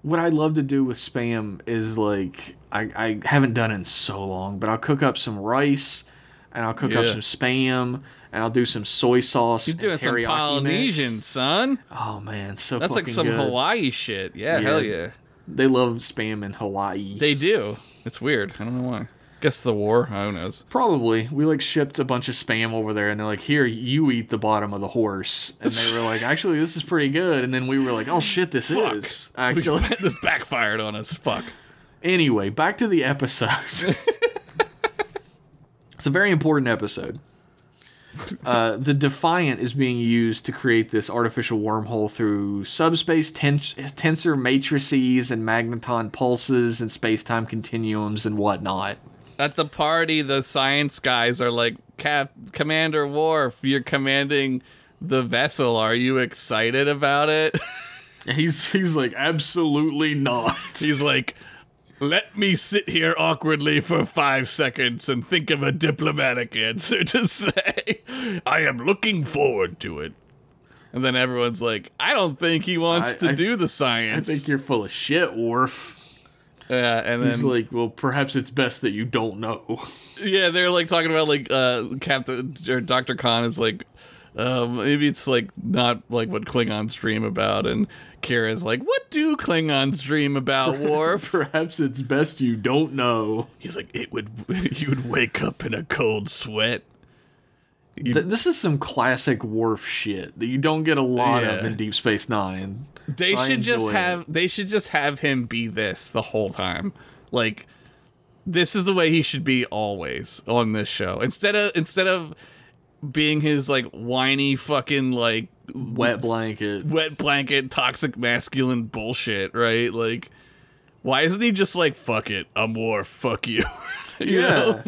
what I love to do with spam is like I, I haven't done it in so long, but I'll cook up some rice and I'll cook up
Yeah.
some spam and I'll do some soy sauce.
You're doing
and
some
teriyaki
Polynesian,
Mix.
son.
Oh man, so
That's like
fucking
some
good.
Hawaii shit. Yeah,
Yeah.
hell yeah.
They love spam in Hawaii.
They do. It's weird. I don't know why. Guess the war. Who knows?
Probably. We like shipped a bunch of spam over there and they're like, here, you eat the bottom of the horse. And they were like, actually, this is pretty good. And then we were like, oh shit, this
Fuck.
is. Actually.
this backfired on us. Fuck.
anyway, back to the episode. it's a very important episode. Uh, the Defiant is being used to create this artificial wormhole through subspace ten- tensor matrices and magneton pulses and space time continuums and whatnot.
At the party, the science guys are like, "Cap, Commander Worf, you're commanding the vessel. Are you excited about it?"
And he's, he's like, absolutely not.
He's like, "Let me sit here awkwardly for five seconds and think of a diplomatic answer to say. I am looking forward to it." And then everyone's like, "I don't think he wants
I-
to
I-
do the
I
science."
think you're full of shit, Worf.
yeah, and then
He's like, well, perhaps it's best that you don't know.
Yeah, they're like talking about like uh Captain or Doctor Khan is like um maybe it's like not like what Klingons dream about and Kira's like, What do Klingons dream about, Worf?
Perhaps it's best you don't know.
He's like, It would you would wake up in a cold sweat.
Th- this is some classic Worf shit that you don't get a lot of
Yeah.
in Deep Space Nine.
They
So I
should just
enjoy it.
have they should just have him be this the whole time. Like this is the way he should be always on this show. Instead of instead of being his like whiny fucking like
wet blanket.
wet blanket toxic masculine bullshit, right? Like, why isn't he just like, fuck it, I'm war, fuck you? You
Yeah.
know?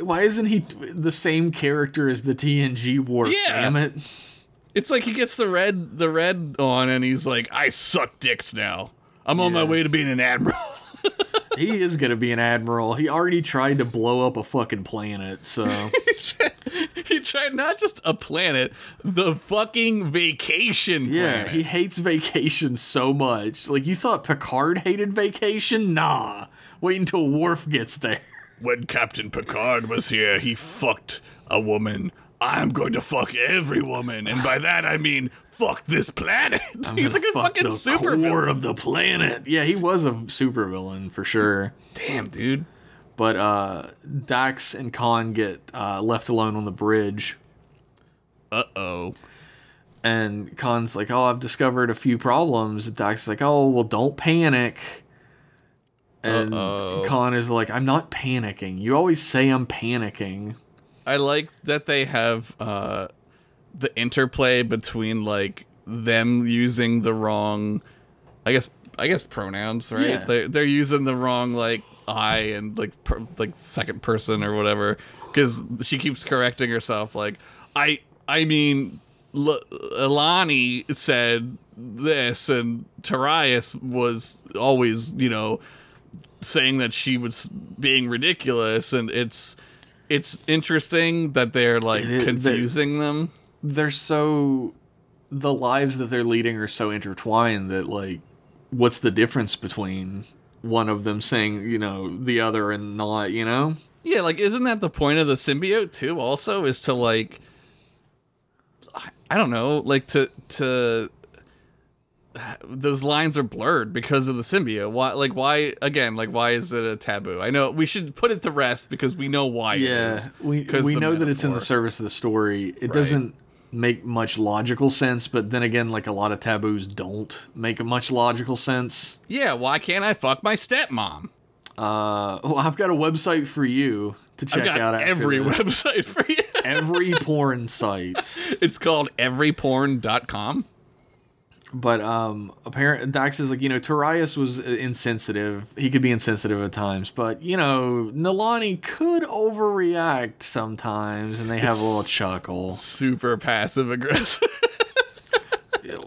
Why isn't he t- the same character as the TNG Worf?
Yeah.
Damn it.
It's like he gets the red the red on and he's like, I suck dicks now. I'm on my
Yeah.
way to being an admiral.
He is gonna be an admiral. He already tried to blow up a fucking planet, so
he tried not just a planet, the fucking vacation
yeah,
planet.
he hates vacation so much. Like you thought Picard hated vacation? Nah. Wait until Worf gets there.
when Captain Picard was here, he fucked a woman. I'm going to fuck every woman, and by that I mean fuck this planet. He's like a
Fuck
fucking
the
super
core of the planet. Yeah, he was a super villain for sure.
Damn, dude.
But uh, Dax and Khan get uh, left alone on the bridge
Uh oh.
And Khan's like, Oh, I've discovered a few problems. Doc's like, Oh, well, don't panic. And
Uh-oh.
Khan is like, I'm not panicking. You always say I'm panicking.
I like that they have uh, the interplay between like them using the wrong, I guess, I guess pronouns, right?
Yeah.
They they're using the wrong like I and like per, like second person or whatever because she keeps correcting herself. Like I I mean, L- Elani said this and Tarius was always you know saying that she was being ridiculous and it's it's interesting that they're like
It is-
confusing them
They're so. The lives that they're leading are so intertwined that, like, what's the difference between one of them saying, you know, the other and not, you know?
yeah like isn't that the point of the symbiote too also is to like I- i don't know like to to those lines are blurred because of the symbiote why like why again like why is it a taboo i know we should put it to rest because we know why it
Yeah,
is
we
'cause
we
the
know that it's in the
metaphor.
service of the story. It doesn't make much logical sense, but then again, like a lot of taboos don't make much logical sense.
yeah why can't i fuck my stepmom
Uh, well, I've got a website for you to check
i've
out.
got
After
every
this.
website for you
every porn site.
it's called everyporn.com
But um, apparent Dax is like you know Tarius was uh, insensitive. He could be insensitive at times, but you know Nalani could overreact sometimes, and they have a little chuckle.
super passive aggressive.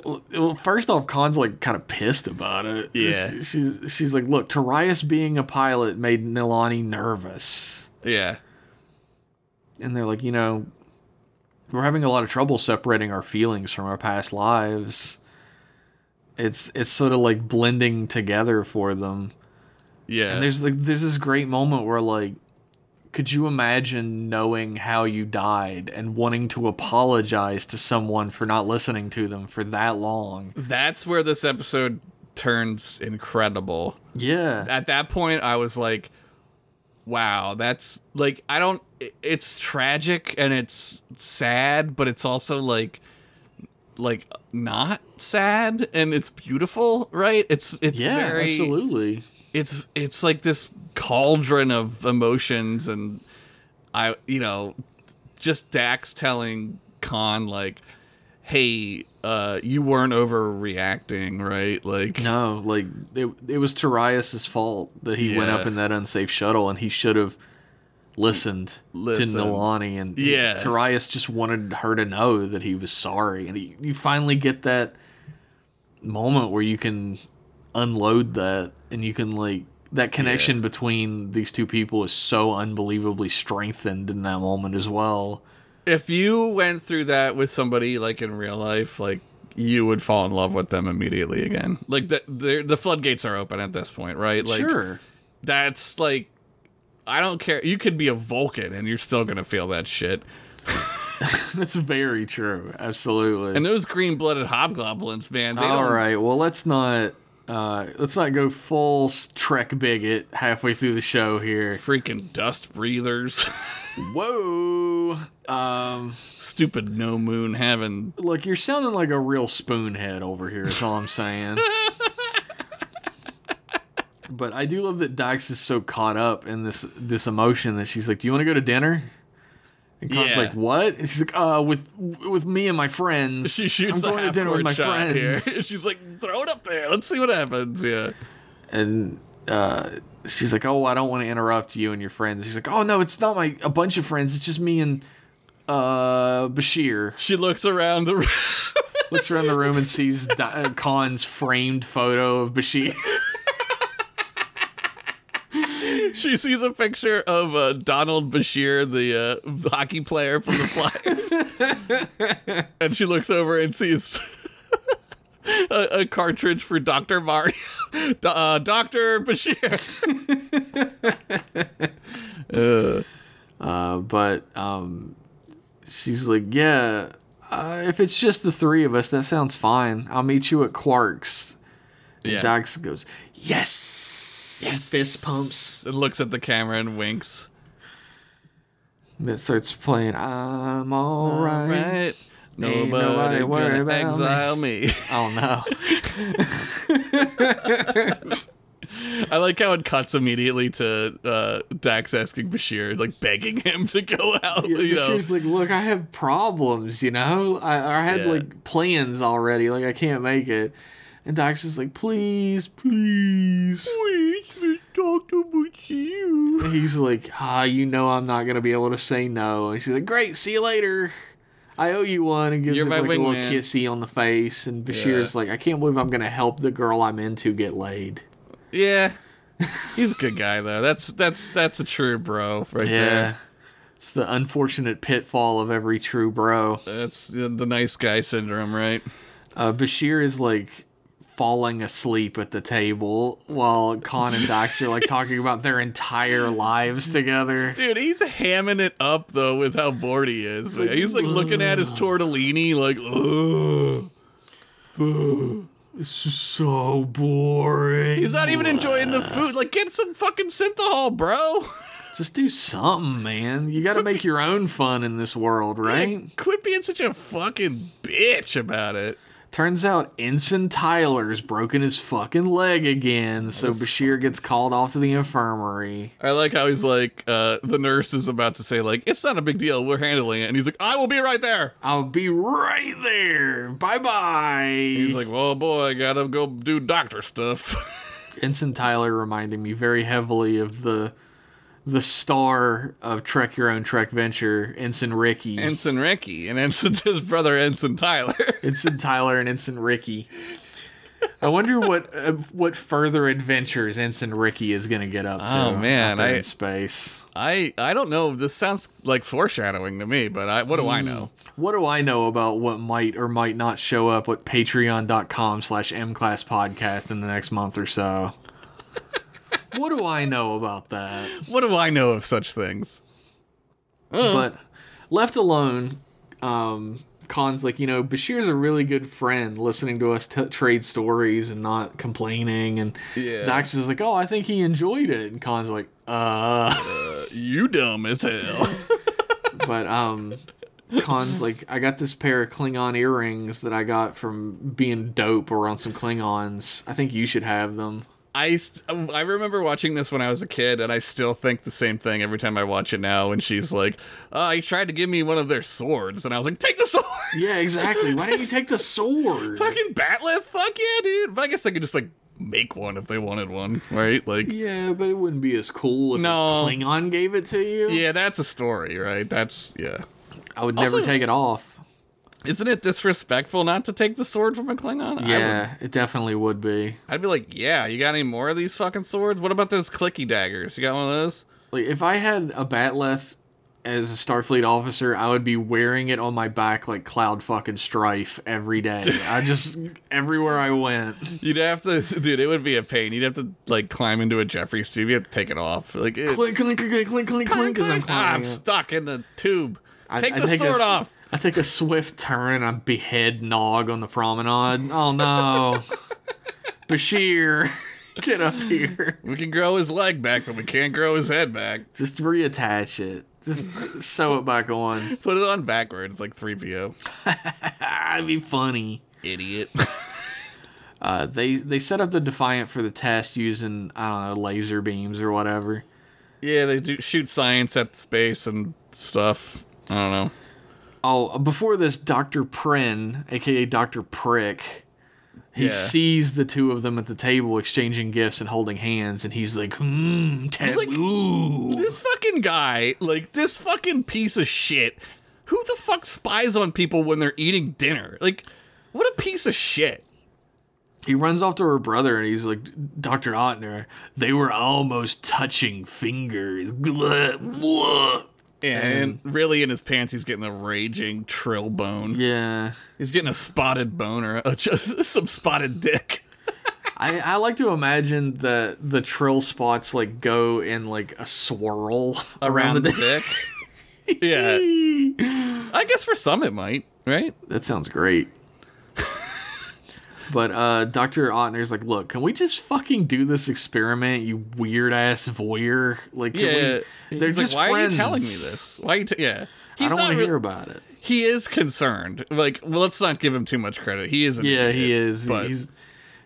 Well, well, first off, Khan's like kind of pissed about it.
Yeah.
She- she's she's like, look, Tarius being a pilot made Nilani nervous,
yeah.
and they're like, you know, we're having a lot of trouble separating our feelings from our past lives. It's it's sort of like blending together for them.
Yeah.
And there's like there's this great moment where like could you imagine knowing how you died and wanting to apologize to someone for not listening to them for that long?
That's where this episode turns incredible.
Yeah.
At that point, I was like, wow, that's like, I don't, i- it's tragic and it's sad, but it's also like, like not sad and it's beautiful right it's it's
Yeah,
very
absolutely.
it's it's like this cauldron of emotions and i you know just Dax telling Khan like, "Hey, uh, you weren't overreacting, right? Like,
No, like it, it was Tarius's fault that he went
Yeah.
up in that unsafe shuttle, and he should have listened,
Listened.
to Nilani. And he-
Yeah.
Tarius just wanted her to know that he was sorry, and he, you finally get that moment where you can unload that, and you can like that connection between these two people is so unbelievably strengthened in that moment as well.
if you went through that with somebody like in real life, like." You would fall in love with them immediately again. Like the the, the floodgates are open at this point, right? Like,
sure.
that's like I don't care. You could be a Vulcan and you're still gonna feel that shit.
That's very true. Absolutely.
And those green-blooded hobgoblins, man. They
All
don't,
right. Well, let's not uh, let's not go full s- Trek bigot halfway through the show here.
Freaking dust breathers.
Whoa. Um,
Stupid no moon having.
look, you're sounding like a real spoonhead over here. Is all I'm saying. but I do love that Dax is so caught up in this this emotion that she's like, "Do you want to go to dinner?" And Khan's
Yeah.
like, "What?" And she's like, "Uh, with with me and my friends.
She shoots
I'm
a
going to dinner with my
shot
friends."
here. She's like, throw it up there. Let's see what happens. Yeah.
and uh, she's like, "Oh, I don't want to interrupt you and your friends." He's like, "Oh no, it's not my a bunch of friends. It's just me and uh, Bashir."
She looks around the.
Looks around the room and sees Di- uh, Khan's framed photo of Bashir.
she sees a picture of uh, Donald Bashir, the uh, hockey player from the Flyers, and she looks over and sees a, a cartridge for Doctor Mario, Do- uh, Doctor Bashir.
Uh, but um, she's like, "Yeah, uh, if it's just the three of us, that sounds fine. I'll meet you at Quarks."
Yeah.
Dax goes, "Yes." Yes. Fist pumps.
and looks at the camera and winks.
And it starts playing. I'm all
All
right.
right.
Ain't
Nobody,
nobody worry
gonna
about me.
exile me.
Oh no.
I like how it cuts immediately to uh, Dax asking Bashir, like begging him to go out.
Yeah,
you
but she
know.
was like, "Look, I have problems, you know. I, I had
Yeah.
like plans already. Like I can't make it." And Doc's just like, "Please, please."
Please, Doctor Bashir.
And he's like, "Ah, you know I'm not gonna be able to say no." And she's like, "Great, see you later. I owe you one." And gives
You're
him
my
like a little
wingman.
kissy on the face. And Bashir's like, "I can't believe I'm gonna help the girl I'm into get laid."
Yeah. He's a good guy though. That's that's that's a true bro right there.
It's the unfortunate pitfall of every true bro.
That's the, the nice guy syndrome, right?
Uh, Bashir is like falling asleep at the table while Khan and Dax are like talking about their entire lives together.
Dude, he's hamming it up though with how bored he is. man. He's like looking at his tortellini like ugh.
This is so boring.
He's not even enjoying the food. Like get some fucking synthahol, bro.
Just do something, man. You got to make your own fun in this world, right?
Quit being such a fucking bitch about it.
Turns out Ensign Tyler's broken his fucking leg again, so Bashir gets called off to the infirmary.
I like how he's like uh the nurse is about to say like it's not a big deal. We're handling it. And he's like I will be right there.
I'll be right there. Bye bye.
He's like, well, boy, I gotta go do doctor stuff.
Ensign Tyler reminded me very heavily of the the star of Trek Your Own Trek Venture, Ensign Ricky.
Ensign Ricky and Ensign's his brother Ensign Tyler.
Ensign Tyler and Ensign Ricky. I wonder what uh, what further adventures Ensign Ricky is going to get up to.
Oh, man,
out there
I-
in space.
I I don't know. This sounds like foreshadowing to me, but I what do I know?
What do I know about what might or might not show up at patreon.com slash mclass podcast in the next month or so? what do I know about that?
What do I know of such things?
But left alone, um, Khan's like, you know, Bashir's a really good friend listening to us t- trade stories and not complaining. And
Yeah.
Dax is like, oh, I think he enjoyed it. And Khan's like, uh.
You dumb as hell.
but um, Khan's like, I got this pair of Klingon earrings that I got from being dope or on some Klingons. I think you should have them.
I s- I remember watching this when I was a kid, and I still think the same thing every time I watch it now. And she's like, "Oh, he tried to give me one of their swords," and I was like, "Take the sword."
Yeah, exactly. Why didn't you take the sword?
Fucking batleth, fuck yeah, dude. But I guess they could just like make one if they wanted one, right? Like,
Yeah, but it wouldn't be as cool if
No.
a Klingon gave it to you.
yeah, that's a story, right? That's yeah.
I would never
Also-
take it off.
Isn't it disrespectful not to take the sword from a Klingon? I would,
Yeah, it definitely would be.
I'd be like, yeah, you got any more of these fucking swords? What about those clicky daggers? You got one of those?
Like if I had a batleth as a Starfleet officer, I would be wearing it on my back like Cloud fucking Strife every day. I just everywhere I went.
You'd have to, dude. It would be a pain. You'd have to like climb into a Jeffrey tube. You have to take it off. Like it's,
Clink clink clink clink clink clink as I'm
Clink. Ah, I'm
climbing. up.
stuck in the tube.
I-
take
I
the
take a
sword
s-
off.
I take a swift turn. I behead Nog on the promenade. Oh no, Bashir, get up here.
We can grow his leg back, but we can't grow his head back.
Just reattach it. Just sew it back on.
Put it on backwards, like 3PO.
That'd be funny.
Idiot.
Uh, they they set up the Defiant for the test using I don't know laser beams or whatever.
yeah, they do shoot science at space and stuff. I don't know.
Oh, before this, Doctor Prin, aka Doctor Prick, he
Yeah.
sees the two of them at the table exchanging gifts and holding hands, and he's like, "Hmm, taboo."
This fucking guy, like this fucking piece of shit. Who the fuck spies on people when they're eating dinner? Like, what a piece of shit.
he runs off to her brother and he's like, Dr. Otner, they were almost touching fingers. Blah, blah."
And really, in his pants, he's getting a raging trill bone.
Yeah.
He's getting a spotted boner, uh, just some spotted dick.
I, I like to imagine that the trill spots like go in like a swirl around, the
dick. yeah. I guess for some it might, right?
That sounds great. but uh, Dr. Otner's like, look, can we just fucking do this experiment, you weird ass voyeur? Like, can we? They're
He's
just
like, why
friends.
are you telling me this? Why are you? T-? Yeah. He's
I don't
not
want to
re-
hear about it.
He is concerned. Like, well, let's not give him too much credit. He is. An
Yeah,
idiot,
he is.
But
He's,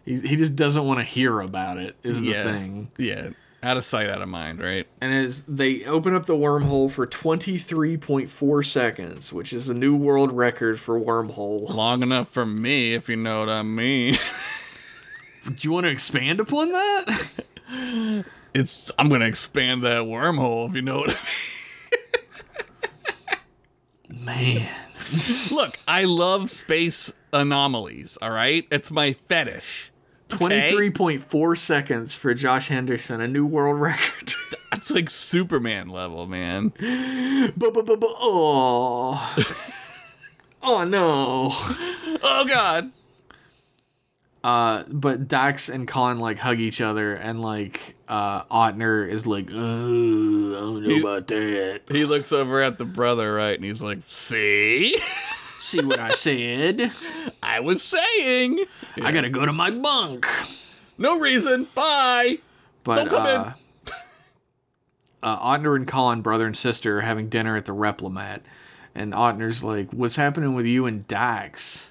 he's he just doesn't want to hear about it is
yeah,
the thing.
Yeah. Out of sight, out of mind, right?
And as they open up the wormhole for 23.4 seconds, which is a new world record for wormhole.
Long enough for me, if you know what I mean.
Do you want to expand upon that?
It's. I'm gonna expand that wormhole, if you know what I mean.
Man,
Look, I love space anomalies, all right? It's my fetish.
23.4 seconds for Josh Henderson, a new world record.
That's like Superman level, man.
Bu- bu- bu- bu- oh. oh no.
Oh god.
Uh, but Dax and Khan like hug each other, and like uh, Otner is like, "Ugh, I don't know about that.
He looks over at the brother, right? And he's like, "See?
See what I said?
I was saying.
I gotta go to my bunk.
No reason. Bye."
But
Don't come in.
uh, uh, Otner and Khan, brother and sister, are having dinner at the Replomat, and Otner's like, "What's happening with you and Dax?"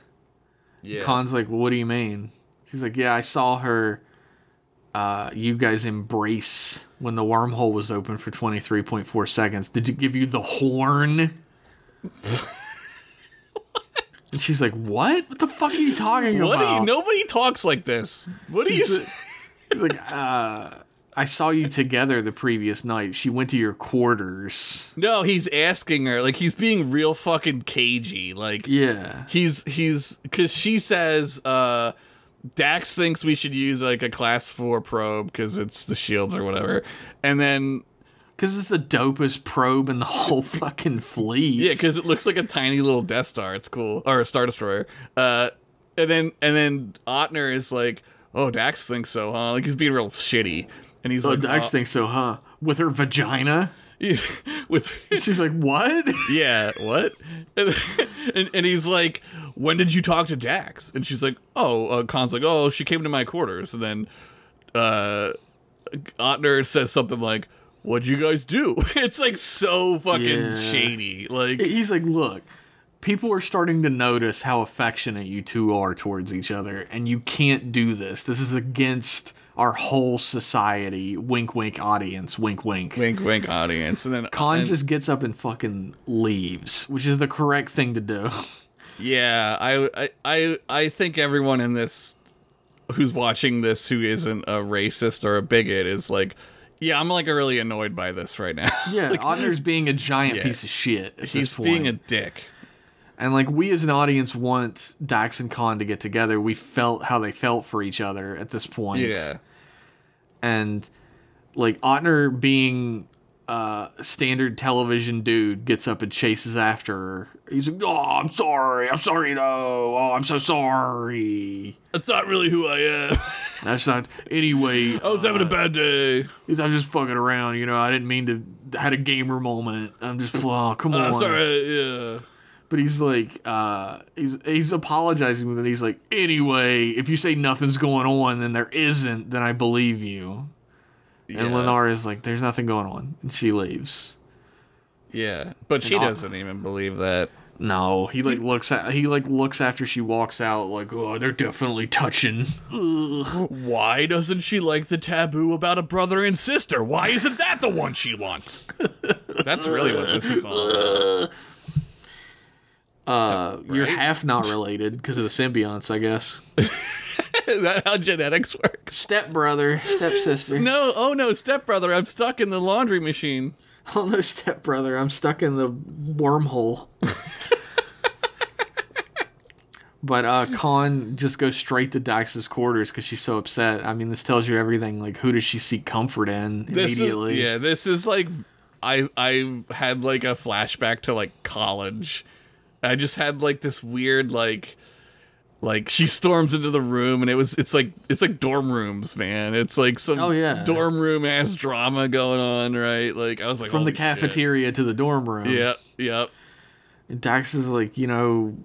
Yeah.
Khan's like, well, "What do you mean?" She's like, "Yeah, I saw her. Uh, you guys embrace when the wormhole was open for 23.4 seconds. Did you give you the horn?" and she's like, "What? What the fuck are you talking
what do
about?"
you nobody talks like this. What do you
He's,
s-
he's like, uh, "I saw you together the previous night. She went to your quarters."
No, he's asking her. Like he's being real fucking cagey. Like
Yeah.
he's he's because she says uh dax thinks we should use like a class 4 probe because it's the shields or whatever and then
Because it's the dopest probe in the whole fucking fleet.
yeah because it looks like a tiny little death star it's cool or a star destroyer uh and then and then otner is like oh dax thinks so huh like he's being real shitty and he's
Oh,
like
Dax
"Uh,"
thinks so, huh? With her vagina?
with
She's like, what?
yeah what and, and, and he's like when did you talk to dax and she's like oh uh, khan's like oh she came to my quarters and then uh otner says something like what'd you guys do it's like so fucking
Yeah.
shady like
He's like, look, people are starting to notice how affectionate you two are towards each other, and you can't do this. This is against our whole society. Wink, wink, audience. Wink, wink.
Wink, wink, audience, and then
Khan
and-
just gets up and fucking leaves, which is the correct thing to do.
Yeah, I, I, I, I think everyone in this who's watching this who isn't a racist or a bigot is like, yeah, I'm like really annoyed by this right now.
Yeah, Otner's being a giant
Yeah.
piece of shit. At
He's
this point.
being a dick.
And like we as an audience want Dax and Khan to get together. We felt how they felt for each other at this point.
Yeah,
And like Otner being uh standard television dude gets up and chases after her. He's like, Oh, I'm sorry, I'm sorry no. Oh, I'm so sorry.
that's not really who I am.
That's not anyway.
I was having a bad day.
he's, I'm just fucking around, you know, I didn't mean to I had a gamer moment. I'm just oh come
I'm
on.
Uh, sorry. Yeah.
But he's like, uh, he's he's apologizing with it. He's like, anyway, if you say nothing's going on, then there isn't, then I believe you. And
Yeah.
Lenara is like, there's nothing going on, and she leaves.
Yeah, but she
And I'll-
doesn't even believe that.
No, he like looks at he like looks after she walks out like, oh, they're definitely touching.
Why doesn't she like the taboo about a brother and sister? Why isn't that the one she wants? That's really what this is all about.
Uh, you're
Right?
half not related because of the symbionts, I guess.
is that how genetics works?
Stepbrother, stepsister. no,
No, oh no, stepbrother, I'm stuck in the laundry machine.
oh no, stepbrother. I'm stuck in the wormhole. But uh, Khan just goes straight to Dax's quarters because she's so upset. I mean, this tells you everything. Like, who does she seek comfort in
This is-
immediately?
yeah, this is like I I had like a flashback to like college. I just had like this weird like like she storms into the room and it was it's like it's like dorm rooms, man. It's like some
Oh, yeah.
dorm room ass drama going on, right? Like I was like
From the
"Holy shit."
cafeteria to the dorm room.
Yep, yep.
And Dax is like, you know,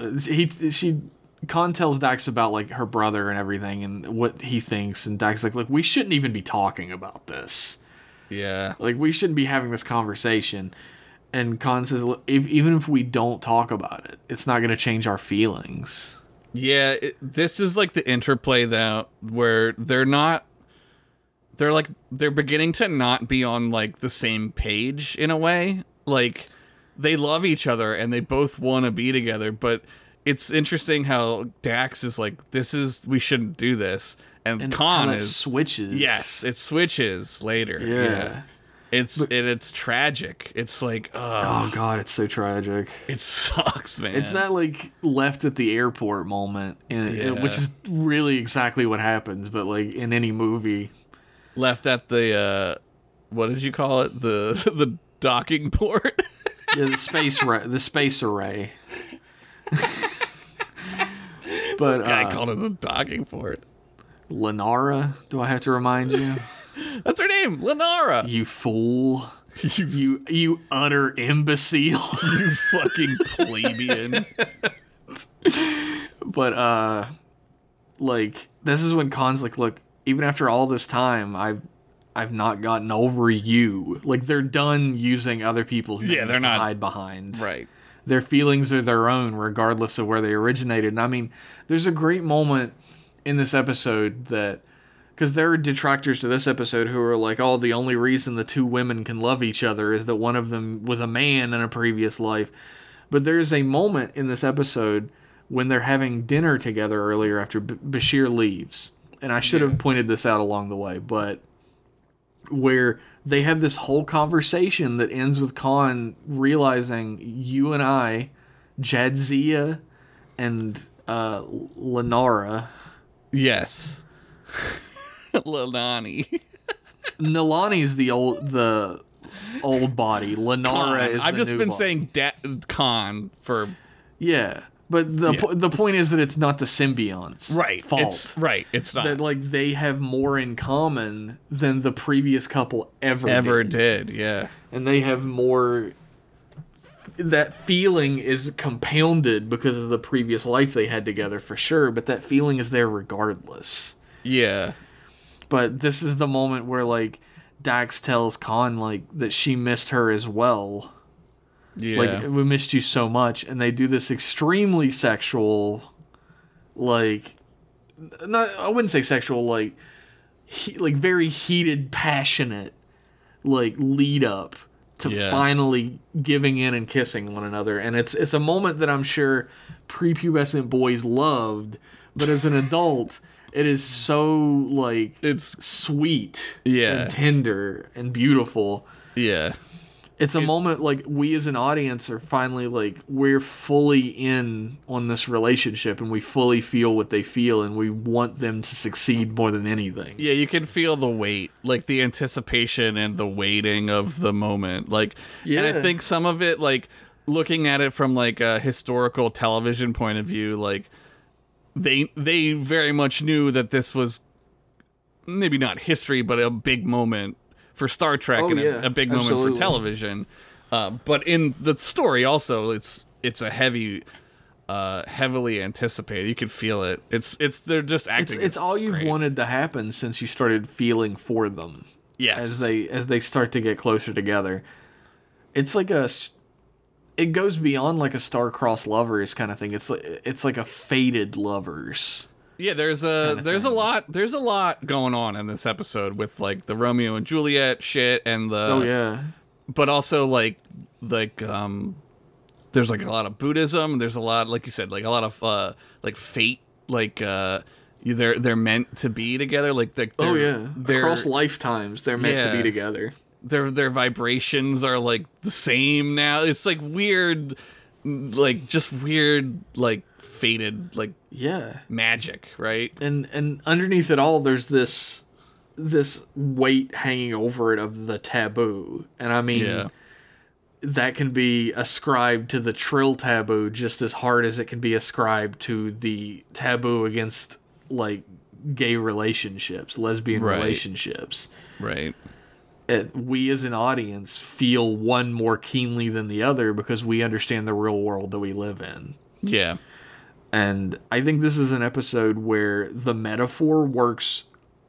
uh, he she Khan tells Dax about like her brother and everything and what he thinks, and Dax is like, look, we shouldn't even be talking about this.
Yeah.
Like, we shouldn't be having this conversation. And Khan says, "Look, if, even if we don't talk about it, it's not going to change our feelings.
Yeah, it, this is like the interplay though, where they're not. They're like they're beginning to not be on like the same page in a way. Like they love each other and they both want to be together, but it's interesting how Dax is like, "This is we shouldn't do this," and,
And
Khan
how that
is
switches.
yes, it switches later.
Yeah.
It's and it's tragic. It's like, oh,
Oh god, it's so tragic.
it sucks, man.
It's that like left at the airport moment, and and- which
Yeah.
is really exactly what happens. But like in any movie,
left at the uh what did you call it the the docking port
yeah, the space ra- the space array. but
i
uh,
called it the docking port
Lenara, do I have to remind you?
that's her name lenara
you fool!
you,
You you utter imbecile!
fucking plebeian
but uh like this is when Khan's like look even after all this time i've i've not gotten over you like they're done using other people's names
Yeah, they're
to
not-
hide behind
right
their feelings are their own regardless of where they originated and i mean there's a great moment in this episode that because there are detractors to this episode who are like oh the only reason the two women can love each other is that one of them was a man in a previous life but there's a moment in this episode when they're having dinner together earlier after B- bashir leaves and i should have pointed this out along the way but where they have this whole conversation that ends with Khan realizing you and I, Jadzia, and uh, Lenara,
yes lenani
Nilani's the old the old body. Lenara is.
i've
the
just
new
been
body.
saying da- con for
Yeah, but the
Yeah.
po- the point is that it's not the symbionts. Fault.
it's right it's not
that like they have more in common than the previous couple ever
ever
did.
did yeah
and they have more that feeling is compounded because of the previous life they had together for sure but that feeling is there regardless
yeah
but this is the moment where like dax tells khan like that she missed her as well
yeah
like we missed you so much and they do this extremely sexual like not i wouldn't say sexual like he, like very heated, passionate like lead up to
Yeah.
finally giving in and kissing one another. And it's it's a moment that I'm sure prepubescent boys loved, but as an adult, it is so like
It's
sweet
Yeah.
and tender and beautiful.
yeah.
It's a moment like we as an audience are finally like we're fully in on this relationship and we fully feel what they feel and we want them to succeed more than anything.
Yeah, you can feel the wait, like the anticipation and the waiting of the moment. Like, and I
Yeah.
think some of it, like looking at it from like a historical television point of view, like they they very much knew that this was maybe not history, but a big moment for Star Trek
Oh,
and a-
yeah,
a, big moment
absolutely.
for television. Uh, but in the story, also, it's it's a heavy. Uh, heavily anticipated. You can feel it. It's it's they're just
It's
acting.
it's all you've
great.
wanted to happen since you started feeling for them
Yes.
as they as they start to get closer together. It's like a s- it goes beyond like a star-crossed lovers kind of thing. It's like it's like a faded lovers.
Yeah, there's a there's a lot there's a lot going on in this episode with like the Romeo and Juliet shit and the
oh yeah.
but also like like um there's like a lot of Buddhism, there's a lot like you said like a lot of uh like fate like uh you- they're they're meant to be together like the,
Oh
their-
yeah.
their
Across lifetimes they're meant to
Yeah.
be together.
their their vibrations are like the same now. It's like weird like just weird like faded like
Yeah.
magic, right?
and and underneath it all there's this this weight hanging over it of the taboo and i mean
Yeah.
that can be ascribed to the trill taboo just as hard as it can be ascribed to the taboo against like gay relationships lesbian
Right.
relationships
Right.
it, we as an audience feel one more keenly than the other because we understand the real world that we live in
Yeah.
and I think this is an episode where the metaphor works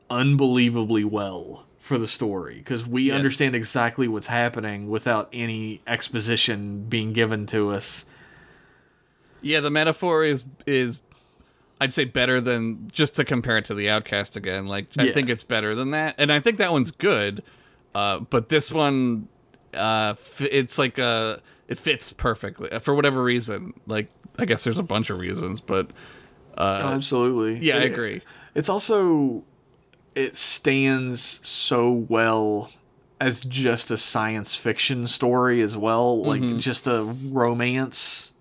unbelievably well for the story because we
Yes.
understand exactly what's happening without any exposition being given to us.
Yeah, the metaphor is is I'd say better than just to compare it to the Outcast again. Like I
Yeah.
think it's better than that, and I think that one's good. Uh, but this one, uh, f- it's like uh, it fits perfectly uh, for whatever reason. Like I guess there's a bunch of reasons, but
absolutely.
Uh, yeah, I agree.
It's also it stands so well as just a science fiction story as well, like just a romance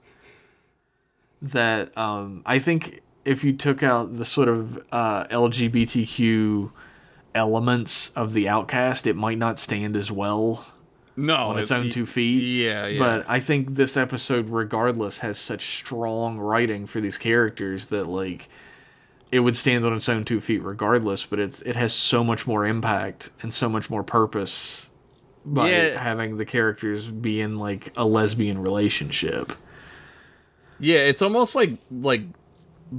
that um I think if you took out the sort of uh LGBTQ elements of the outcast, it might not stand as well
No,
on its
it-
own two feet.
yeah, yeah.
But I think this episode, regardless, has such strong writing for these characters that like it would stand on its own two feet regardless. But it's it has so much more impact and so much more purpose by
Yeah.
having the characters be in like a lesbian relationship.
Yeah, it's almost like like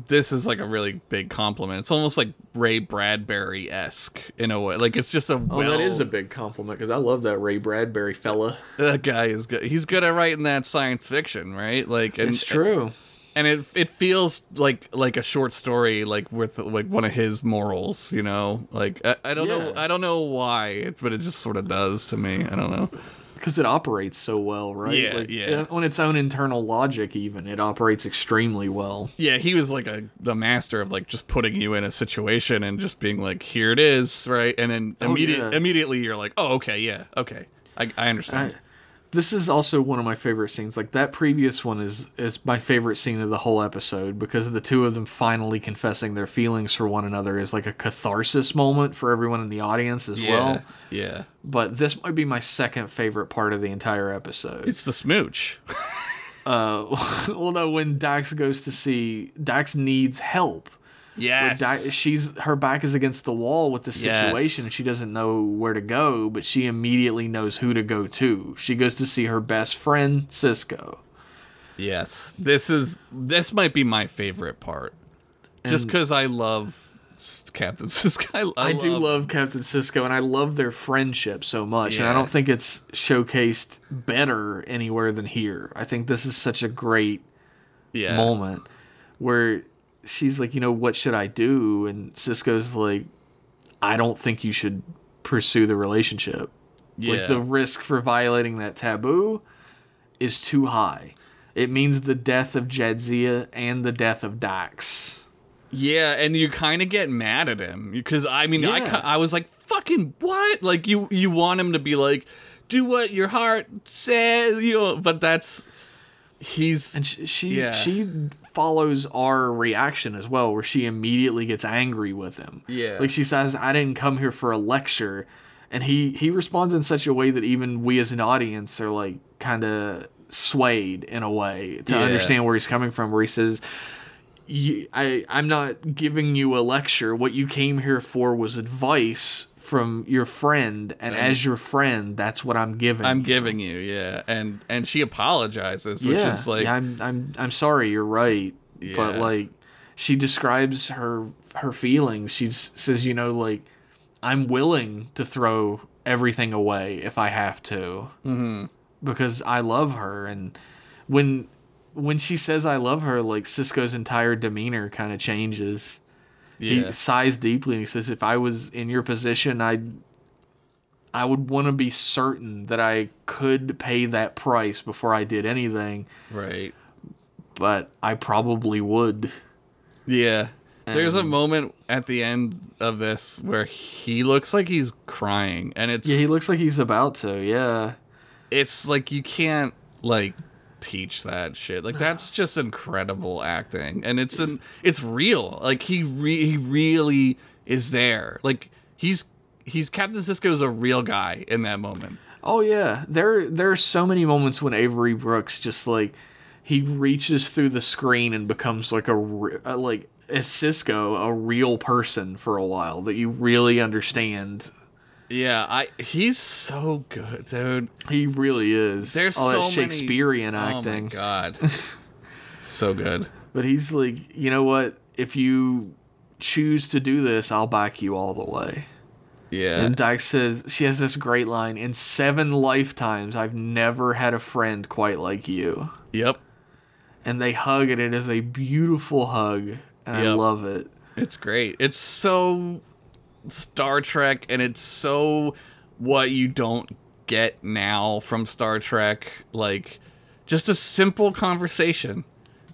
this is like a really big compliment. It's almost like Ray Bradbury esque in a way. Like it's just a
Oh,
well,
that is a big compliment because I love that Ray Bradbury fella.
that guy is good. He's good at writing that science fiction, right? Like, and,
It's true.
and it it feels like like a short story, like with like one of his morals, you know. Like I, I don't know,
Yeah.
I don't know why, but it just sort of does to me. I don't know.
because it operates so well, right? uh,
Yeah, yeah.
On its own internal logic, even it operates extremely well.
Yeah, he was like a the master of like just putting you in a situation and just being like, here it is, right? And then immediate,
Oh, yeah.
immediately you're like, oh, okay, yeah, okay, I, I understand.
this is also one of my favorite scenes. Like that previous one is is my favorite scene of the whole episode because the two of them finally confessing their feelings for one another is like a catharsis moment for everyone in the audience as
yeah,
well.
yeah,
But this might be my second favorite part of the entire episode.
it's the smooch.
uh, well, no, when Dax goes to see Dax needs help. Where
yes,
Di- she's her back is against the wall with this
Yes.
situation and she doesn't know where to go but she immediately knows who to go to she goes to see her best friend cisco
Yes, this is this might be my favorite part, just
And-
because I love S- Captain Sisk. I,
i, do love captain cisco and i love their friendship so much and i
Yeah.
don't think it's showcased better anywhere than here i think this is such a great
yeah,
moment where she's like you know what should i do and cisco's like I don't think you should pursue the relationship.
Yeah.
Like the risk for violating that taboo is too high. It means the death of Jadzia and the death of Dax.
Yeah, and you kind of get mad at him because I mean, I,
Yeah.
ki- I was like, fucking what? Like you you want him to be like, do what your heart says, you know? But that's he's
And she she,
Yeah.
she follows our reaction as well, where she immediately gets angry with him.
Yeah.
Like she says, I didn't come here for a lecture. And he, he responds in such a way that even we as an audience are like kind of swayed in a way to
Yeah.
understand where he's coming from, where he says, you, I, I'm not giving you a lecture. What you came here for was advice from your friend. And as your friend, that's what I'm giving.
I'm
you."
giving you, yeah, and and she apologizes, which
yeah.
is like,
yeah, I'm I'm I'm sorry, you're right. But
Yeah.
like she describes her her feelings. She s- says, you know, like I'm willing to throw everything away if I have to. Mm-hmm. Because I love her and when when she says I love her, like Cisco's entire demeanor kind of changes.
yeah,
He sighs deeply and he says, "If I was in your position, I'd I would want to be certain that I could pay that price before I did anything,
right,
but I probably would."
yeah. There's
Um,
a moment at the end of this where he looks like he's crying, and it's
Yeah, he looks like he's about to. Yeah.
it's like you can't like teach that shit. Like that's just incredible acting, and it's an it's real. Like he re- he really is there. Like he's he's Captain Cisco's a real guy in that moment.
Oh yeah. There there are so many moments when Avery Brooks just like he reaches through the screen and becomes like a re- uh, like as Cisco, a real person for a while that you really understand.
Yeah, I he's so good, dude.
He really is.
There's
all
so
that Shakespearean
many, Oh
acting.
my god, so good.
But he's like, you know what? If you choose to do this, I'll back you all the way.
Yeah,
And Dyke says, she has this great line In seven lifetimes, I've never had a friend quite like you.
yep.
And they hug, and it is a beautiful hug. And I
Yep.
love it.
It's great. It's so Star Trek, and it's so what you don't get now from Star Trek. Like, just a simple conversation.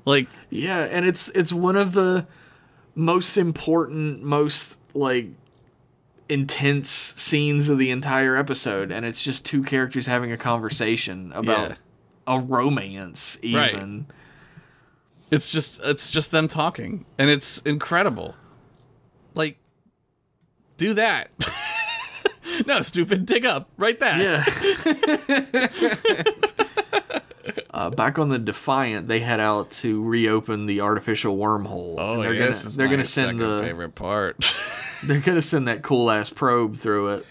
Like,
Yeah, and it's it's one of the most important, most like intense scenes of the entire episode, and it's just two characters having a conversation about
Yeah.
a romance,
Right.
even.
it's just it's just them talking, and it's incredible. Like, do that. no, stupid. Dig up. Write that.
Yeah. uh, back on the Defiant, they head out to reopen the artificial wormhole.
Oh,
and
they're
they're
yeah,
gonna
this is
they're
my
gonna send
second
the
favorite part.
they're gonna send that cool ass probe through it.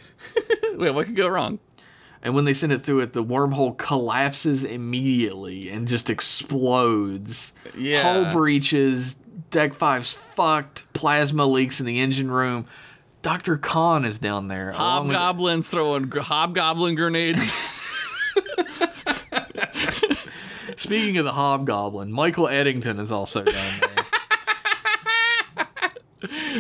Wait, what could go wrong?
And when they send it through it, the wormhole collapses immediately and just explodes.
Yeah.
Hull breaches, deck five's fucked, plasma leaks in the engine room. Dr. Khan is down there. along with-
Hobgoblins throwing gr- hobgoblin grenades.
Speaking of the hobgoblin, Michael Eddington is also down there.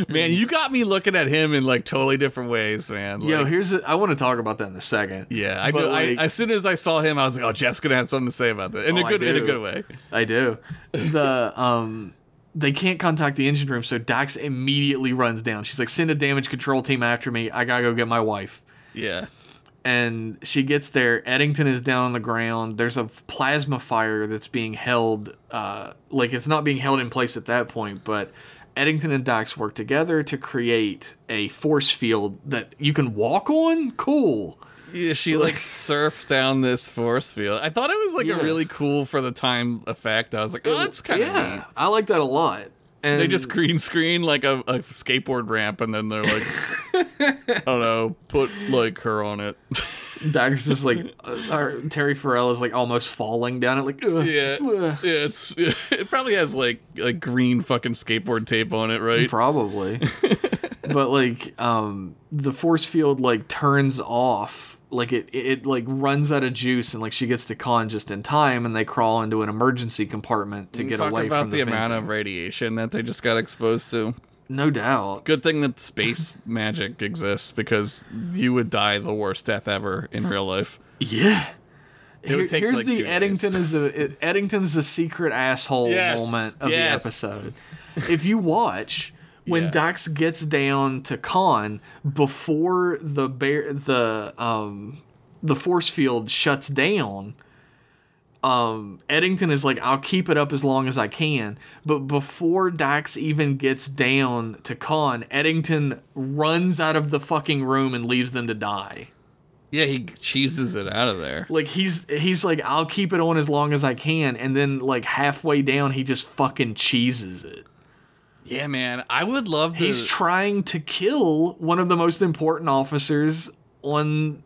Man, you got me looking at him in like totally different ways, man.
Yo,
Like,
here's a, I want to talk about that in a second.
yeah, I,
But,
know,
like,
I as soon as I saw him, I was like, oh, Jeff's gonna have something to say about that in
Oh,
a
I
good in a
do.
good way.
I do. The um they can't contact the engine room, so Dax immediately runs down. She's like, "Send a damage control team after me. I gotta go get my wife."
Yeah,
And she gets there. Eddington is down on the ground. There's a plasma fire that's being held. Uh, like it's not being held in place at that point, but Eddington and Dax work together to create a force field that you can walk on. Cool.
yeah. She like surfs down this force field. I thought it was like
Yeah.
a really cool for the time effect. I was like, oh, that's kind of
yeah,
neat.
I like that a lot. And
They just green screen like a, a skateboard ramp, and then they're like, I don't know, put like her on it.
Dax just like, uh, or Terry Farrell is like almost falling down it, like, ugh,
Yeah, yeah.
ugh.
It's it probably has like like green fucking skateboard tape on it, right?
probably. but like, um, the force field like turns off, like it, it, it like runs out of juice, and like she gets to Khan just in time, and they crawl into an emergency compartment to get
Mm, talk
away
about
from the,
the, amount
Phantom.
of radiation that they just got exposed to.
No doubt.
Good thing that space magic exists because you would die the worst death ever in real life.
Yeah.
would
Here-
take,
here's
like, two
the
days.
Eddington is a it- Eddington's a secret asshole
Yes,
moment of
yes.
the episode. If you watch when
Yeah.
Dax gets down to Khan before the bear the um the force field shuts down, um Eddington is like I'll keep it up as long as I can, but before Dax even gets down to Khan, Eddington runs out of the fucking room and leaves them to die.
Yeah, he cheeses it out of there.
Like he's he's like I'll keep it on as long as I can, and then like halfway down he just fucking cheeses it.
Yeah, man, I would love to.
He's trying to kill one of the most important officers on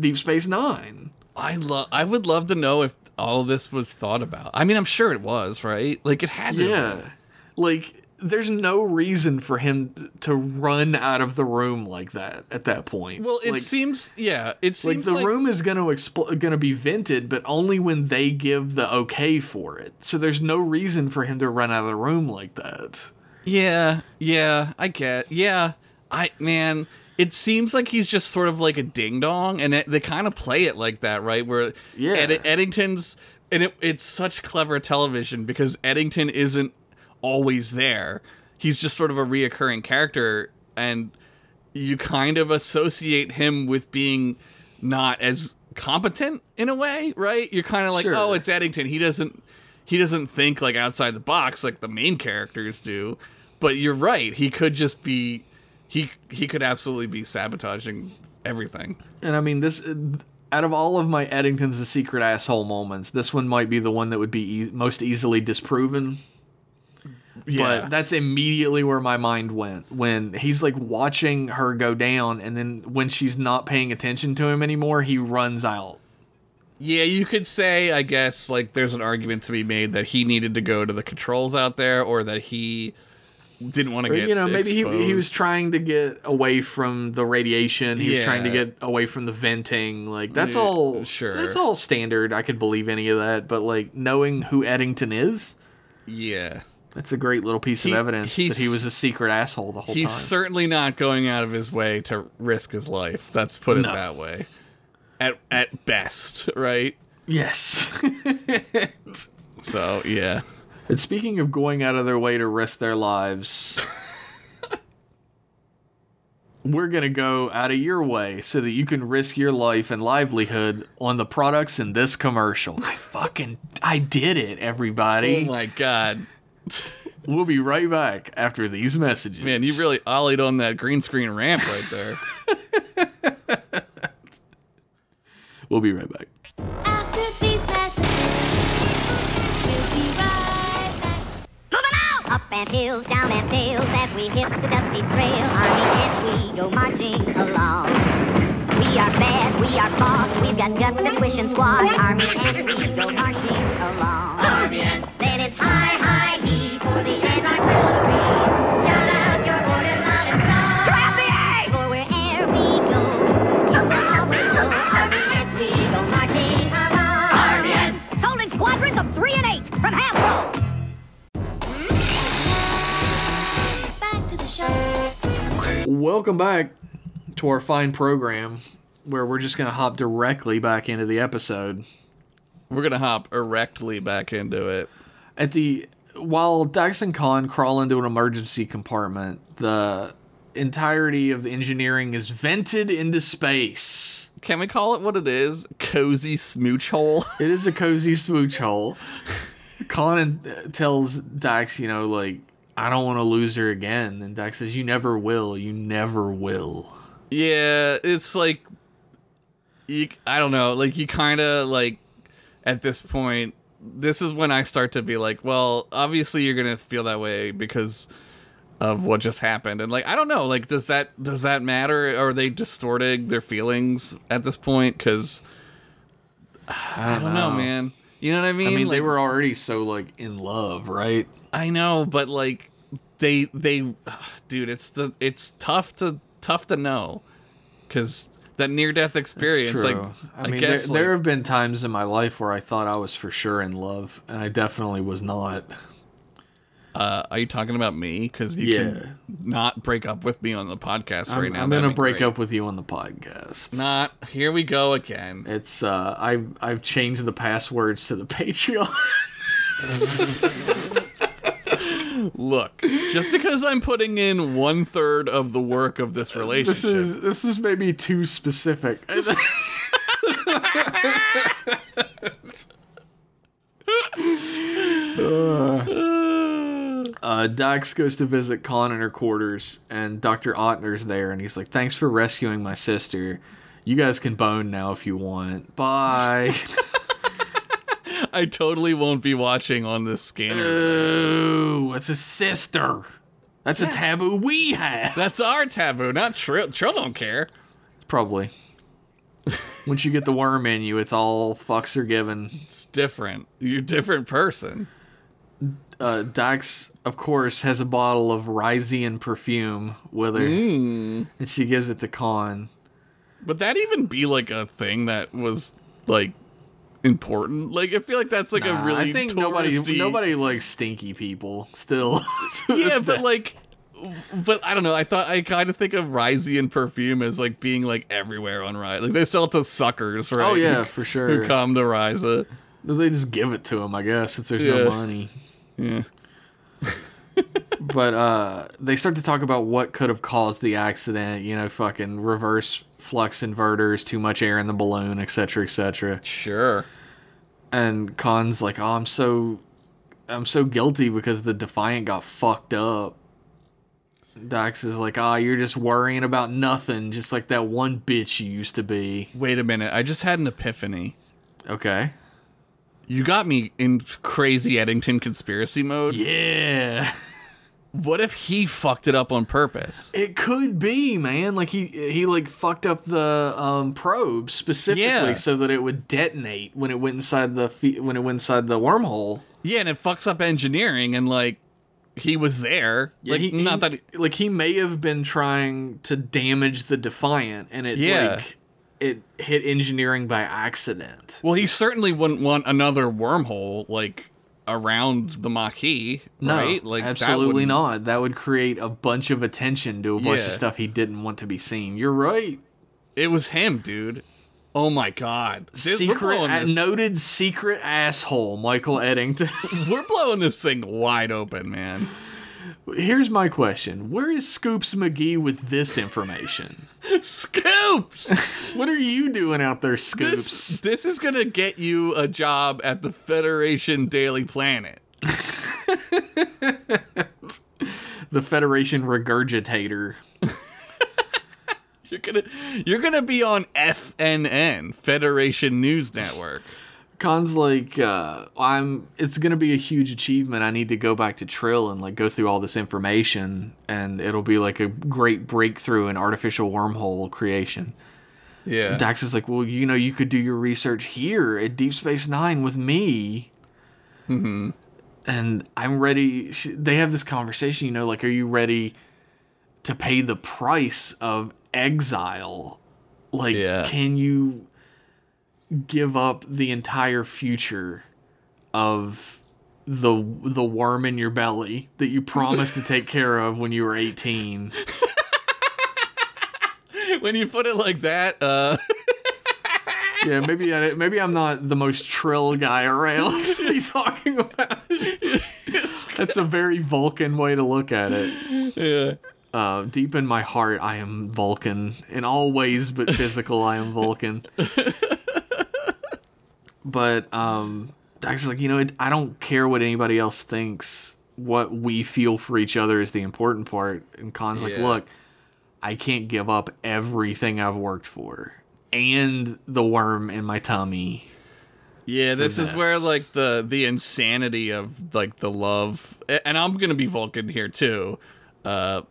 Deep Space Nine.
I love. I would love to know if all this was thought about. I mean, I'm sure it was, right? Like it had to. have been.
Yeah, like there's no reason for him to run out of the room like that at that point.
Well, it
like,
seems. Yeah, it
like
seems
the room is going to expl- going to be vented, but only when they give the okay for it. So there's no reason for him to run out of the room like that.
Yeah, yeah, I get. Yeah, I man, it seems like he's just sort of like a ding dong, and it, they kind of play it like that, right? Where
Yeah.
Ed- Eddington's and it, it's such clever television because Eddington isn't always there; he's just sort of a reoccurring character, and you kind of associate him with being not as competent in a way, right? You're kind of like,
Sure.
oh, it's Eddington. He doesn't he doesn't think like outside the box like the main characters do. But you're right. He could just be he he could absolutely be sabotaging everything.
And I mean, this uh, out of all of my Eddington's a secret asshole moments, this one might be the one that would be e- most easily disproven. But that's immediately where my mind went when he's like watching her go down, and then when she's not paying attention to him anymore, he runs out.
Yeah, you could say, I guess, like there's an argument to be made that he needed to go to the controls out there or that he didn't want to
Or,
get
you know, maybe he, he
exposed.
was trying to get away from the radiation. He was trying to
Yeah.
get away from the venting. Like that's
Yeah,
all.
sure.
That's all standard. I could believe any of that, but like knowing who Eddington is,
yeah.
That's a great little piece
He-
of evidence
he's-
that he was a secret asshole the whole
He's
time.
certainly not going out of his way to risk his life. Let's put it
No.
that way. At at best, right?
yes.
So yeah.
and speaking of going out of their way to risk their lives, we're going to go out of your way so that you can risk your life and livelihood on the products in this commercial. I fucking I did it,
Oh
everybody.
my god,
we'll be right back after these messages.
man, you really ollied on that green screen ramp right there.
We'll be right back.
After these messages, we'll be right back. Moving out! Up and hills, down and dales, as we hit the dusty trail, army ants we go marching along. We are bad, we are boss, we've got guts that swish and squash, army ants we go marching along. Army ants! Then it's high, high, hee for the anti-artillery. Shout out your orders loud and strong. Grab the egg! For where'er we go, you will always know, army ants we go marching along. Army ants! Sold in squadrons of three and eight from half row. back to the show.
Welcome back to our fine program where we're just going to hop directly back into the episode.
We're gonna hop erectly back into it.
at the while Dax and Khan crawl into an emergency compartment, the entirety of the engineering is vented into space.
Can we call it what it is? Cozy smooch hole.
It is a cozy smooch hole. Khan and- tells Dax, you know, like I don't want to lose her again, and Dax says, "You never will. You never will."
Yeah, it's like you, I don't know, like you kind of like at this point this is when I start to be like, well, obviously you're going to feel that way because of what just happened. And like I don't know, like does that does that matter are they distorting their feelings at this point cuz I don't know, man. You know what I mean?
I mean, they
Like-
were already so like in love, right?
I know, but like they they ugh, dude, it's the it's tough to tough to know cuz that near death experience like
I mean,
guess
there,
like,
there have been times in my life where I thought I was for sure in love, and I definitely was not.
uh, "Are you talking about me?" Because you can not break up with me on the podcast
I'm,
right now.
I'm
That'd
gonna
be
break
great.
up with you on the podcast.
Not here. We go again.
It's uh, I've I've changed the passwords to the Patreon.
Look, just because I'm putting in one third of the work of this
this
relationship,
is this is maybe too specific. uh, Dax goes to visit Con in her quarters, and Dr. Ottner's there, and he's like, Thanks for rescuing my sister. You guys can bone now if you want. Bye.
I totally won't be watching on this
Uh.
scanner.
Ooh, it's a sister. That's a taboo we have.
That's our taboo, not Trill. Trill don't care.
Probably. Once you get the worm in you, it's all fucks are given.
It's different. You're a different person.
uh, Dax, of course, has a bottle of Ryzian perfume with her, and she gives it to Khan.
Would that even be like a thing that was like important? Like I feel like that's like
Nah,
a really
Uh, I think nobody
touristy-
nobody likes stinky people still. to
Yeah,
this
but
day.
like but I don't know. I thought I kind of think of Ryzian perfume as like being like everywhere on Ryza. Like they sell it to suckers, right?
oh yeah,
Who-
for
who
sure.
come to Ryza.
They just give it to him, I guess, since there's
Yeah.
no money.
Yeah.
But uh, they start to talk about what could have caused the accident. You know, fucking reverse flux inverters, too much air in the balloon, etc., etc.
Sure.
and Khan's like, "Oh, I'm so, I'm so guilty because the Defiant got fucked up." Dax is like, "Ah, you're just worrying about nothing, just like that one bitch you used to be."
Wait a minute. I just had an epiphany.
Okay.
You got me in crazy Eddington conspiracy mode.
Yeah,
What if he fucked it up on purpose?
it could be, man. Like he he like fucked up the um, probe specifically
Yeah.
so that it would detonate when it went inside the fe- when it went inside the wormhole.
Yeah, and it fucks up engineering and like he was there. like
he,
not
he-
that
like he may have been trying to damage the Defiant, and it
Yeah.
like it hit engineering by accident.
well, he certainly wouldn't want another wormhole like around the Maquis,
No,
right? Like that
absolutely
wouldn't-
not. That would create a bunch of attention to a bunch
Yeah.
of stuff he didn't want to be seen. You're right.
It was him, dude. Oh my god. Dude, we're
secret, uh,
blowing,
a-
this,
noted secret asshole, Michael Eddington.
we're blowing this thing wide open, man.
Here's my question: Where is Scoops McGee with this information?
Scoops.
what are you doing out there, Scoops?
this, this is going to get you a job at the Federation Daily Planet.
The Federation regurgitator.
You're going to you're going to be on FNN, Federation News Network.
Khan's like, uh, I'm. It's gonna be a huge achievement. I need to go back to Trill and like go through all this information, and it'll be like a great breakthrough in artificial wormhole creation.
Yeah.
Dax is like, well, you know, you could do your research here at Deep Space Nine with me. Mm-hmm. And I'm ready. sh- They have this conversation, you know, like, are you ready to pay the price of exile? Like,
Yeah.
can you give up the entire future of the the worm in your belly that you promised to take care of when you were 18?
when you put it like that, uh,
Yeah, maybe I, maybe I'm not the most trill guy around to be talking about. That's a very Vulcan way to look at it.
yeah.
Uh, deep in my heart, I am Vulcan in all ways, but physical, I am Vulcan. But um, Dax is like, you know, it, I don't care what anybody else thinks. What we feel for each other is the important part. And Khan's like,
Yeah.
look, I can't give up everything I've worked for and the worm in my tummy.
yeah, this is
this.
where like the the insanity of like the love, a- and I'm gonna be Vulcan here too. Uh,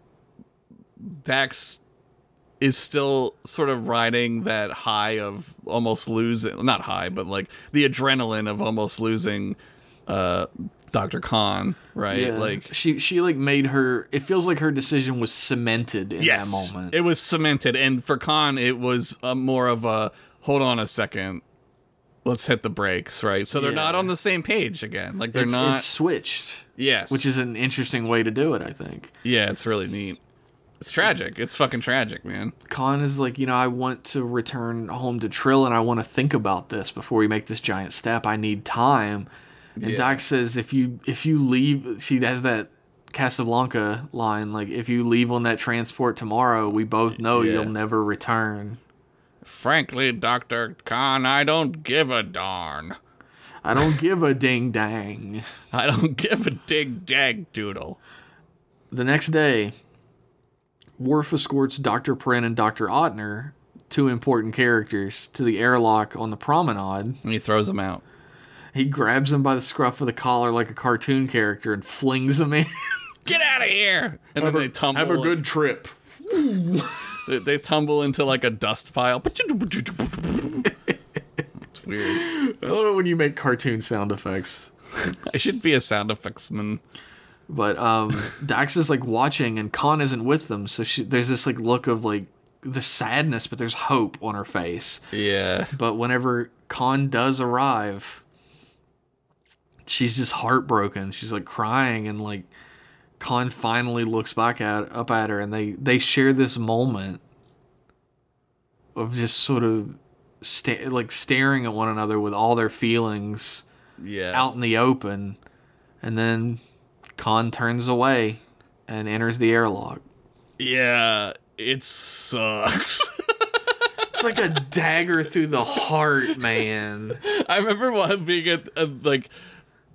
Dax is still sort of riding that high of almost losing, not high, but like the adrenaline of almost losing, uh, Doctor Khan, right?
Yeah.
Like
she she like made her it feels like her decision was cemented in that moment.
It was cemented, and for Khan, it was uh more of a hold on a second. let's hit the brakes, right? So they're
Yeah.
not on the same page again. Like they're
it's,
not.
it's switched,
yes.
which is an interesting way to do it. I think
yeah, it's really neat. It's tragic. It's fucking tragic, man.
Colin is like, you know, I want to return home to Trill, and I want to think about this before we make this giant step. I need time. And
Yeah.
Doc says, if you if you leave, she has that Casablanca line, like, if you leave on that transport tomorrow, we both know
Yeah.
you'll never return.
Frankly, Doctor Khan, I don't give a darn.
I don't give a ding dang.
I don't give a dig dag doodle.
The next day, Worf escorts Dr. Perrin and Dr. Otner, two important characters, to the airlock on the promenade.
And he throws him out.
He grabs him by the scruff of the collar like a cartoon character and flings him in.
Get out of here! And then they tumble.
trip.
They, they tumble into like a dust pile. it's weird.
I love it when you make cartoon sound effects.
I should be a sound effects man.
But um, Dax is like watching, and Khan isn't with them, so she, there's this like look of like the sadness, but there's hope on her face.
Yeah.
But whenever Khan does arrive, she's just heartbroken. She's like crying, and like Khan finally looks back at up at her, and they they share this moment of just sort of sta- like staring at one another with all their feelings
Yeah.
out in the open, and then Khan turns away and enters the airlock.
Yeah. It sucks.
It's like a dagger through the heart, man.
I remember one being at uh, like.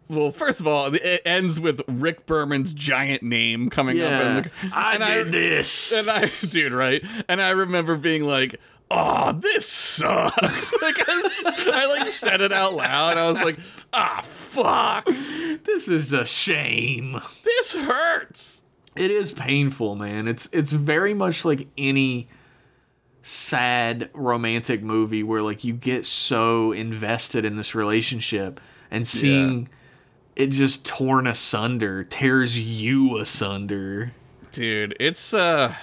Well, first of all, it ends with Rick Berman's giant name coming up.
Yeah,
And,
I
and
did this.
And I, dude, right? And I remember being like, "Oh, this sucks." like I, I like said it out loud. I was like, "Ah, fuck,
This is a shame.
this hurts."
It is painful, man. It's it's very much like any sad romantic movie where like you get so invested in this relationship and seeing it just torn asunder tears you asunder.
Dude, it's uh,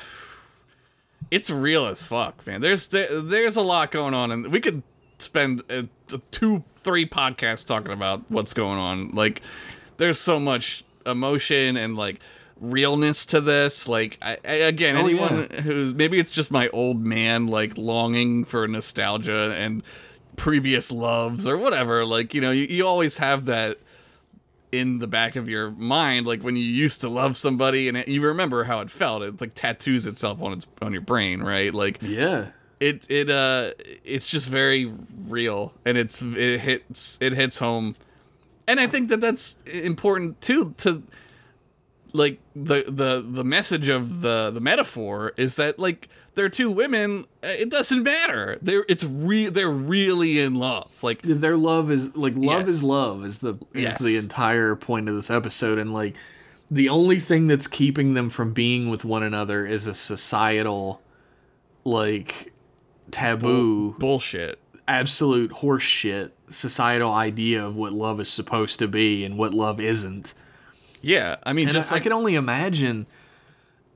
it's real as fuck, man. There's there, there's a lot going on, and we could spend uh, t- two, three podcasts talking about what's going on. Like, there's so much emotion and like realness to this. Like, I, I, again,
Oh, yeah.
anyone who's maybe it's just my old man like longing for nostalgia and previous loves or whatever. Like, you know, you, you always have that in the back of your mind like when you used to love somebody and it, you remember how it felt it like tattoos itself on its on your brain right like
Yeah.
it it uh it's just very real and it's it hits it hits home and i think that that's important too to like the the the message of the the metaphor is that like they're two women uh, it doesn't matter they're it's re they're really in love like
their love is like love
Yes.
is love is the is
Yes.
the entire point of this episode and like the only thing that's keeping them from being with one another is a societal like taboo
bullshit
absolute horseshit societal idea of what love is supposed to be and what love isn't
yeah i mean
and
just
I,
like
I can only imagine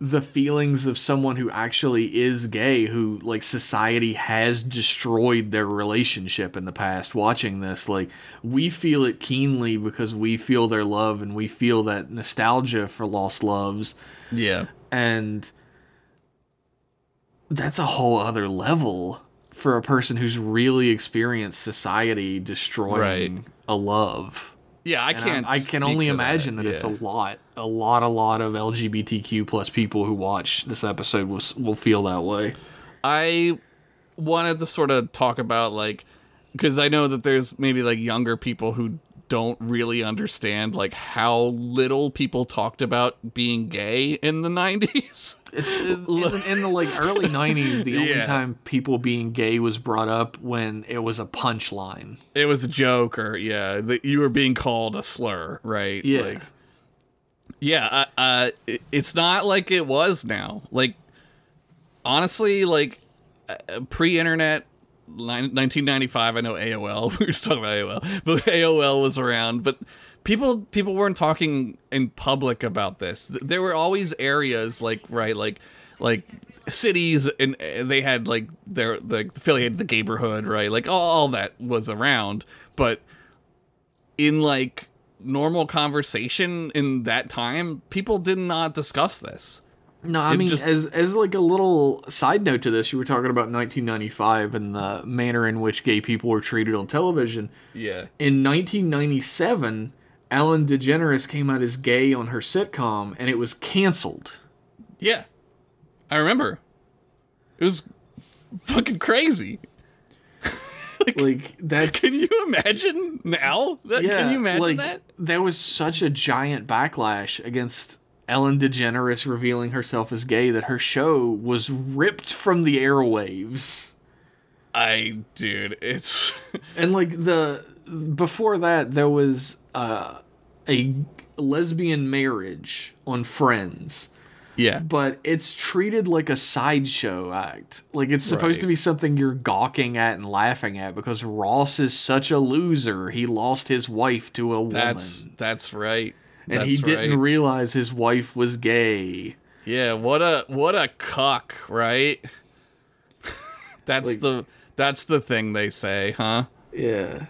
the feelings of someone who actually is gay, who like society has destroyed their relationship in the past. Watching this, like we feel it keenly because we feel their love and we feel that nostalgia for lost loves,
yeah
and that's a whole other level for a person who's really experienced society destroying
Right.
a love.
Yeah, I
And
can't.
I'm- I
speak
can only
to
imagine that, it's a
yeah.
lot, a lot, a lot of LGBTQ plus people who watch this episode will s- will feel that way.
I wanted to sort of talk about like because I know that there's maybe like younger people who don't really understand like how little people talked about being gay in the 90s.
It's in, the, in the like early '90s. The only
Yeah.
time people being gay was brought up when it was a punchline.
it was a joke or yeah, that you were being called a slur, right?
Yeah.
Like, yeah, uh, uh, it- it's not like it was now. Like, honestly, like uh, pre-internet, nin- 1995. I know AOL. We were just talking about AOL, but AOL was around. But people people weren't talking in public about this. Th- There were always areas like right, like like cities and uh, they had like their like affiliated the neighborhood, right? Like all, all that was around, but in like normal conversation in that time, people did not discuss this.
No, I
It
mean,
just-
as as like a little side note to this, you were talking about 1995 and the manner in which gay people were treated on television.
Yeah.
In 1997, Ellen DeGeneres came out as gay on her sitcom, and it was canceled.
Yeah. I remember. It was fucking crazy.
Like that's
Can you imagine now? That, can you imagine
like,
that?
There was such a giant backlash against Ellen DeGeneres revealing herself as gay that her show was ripped from the airwaves.
I dude, it's
And like the before that, there was uh, a lesbian marriage on Friends,
yeah.
but it's treated like a sideshow act. Like it's supposed
Right.
to be something you're gawking at and laughing at because Ross is such a loser. He lost his wife to a woman,
That's that's right.
and
That's
he didn't
right.
realize his wife was gay.
Yeah, what a what a cuck, right? that's
Like-
the that's the thing they say, huh?
Yeah.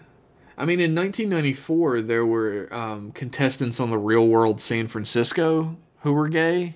I mean, in 1994, there were um, contestants on the Real World San Francisco who were gay.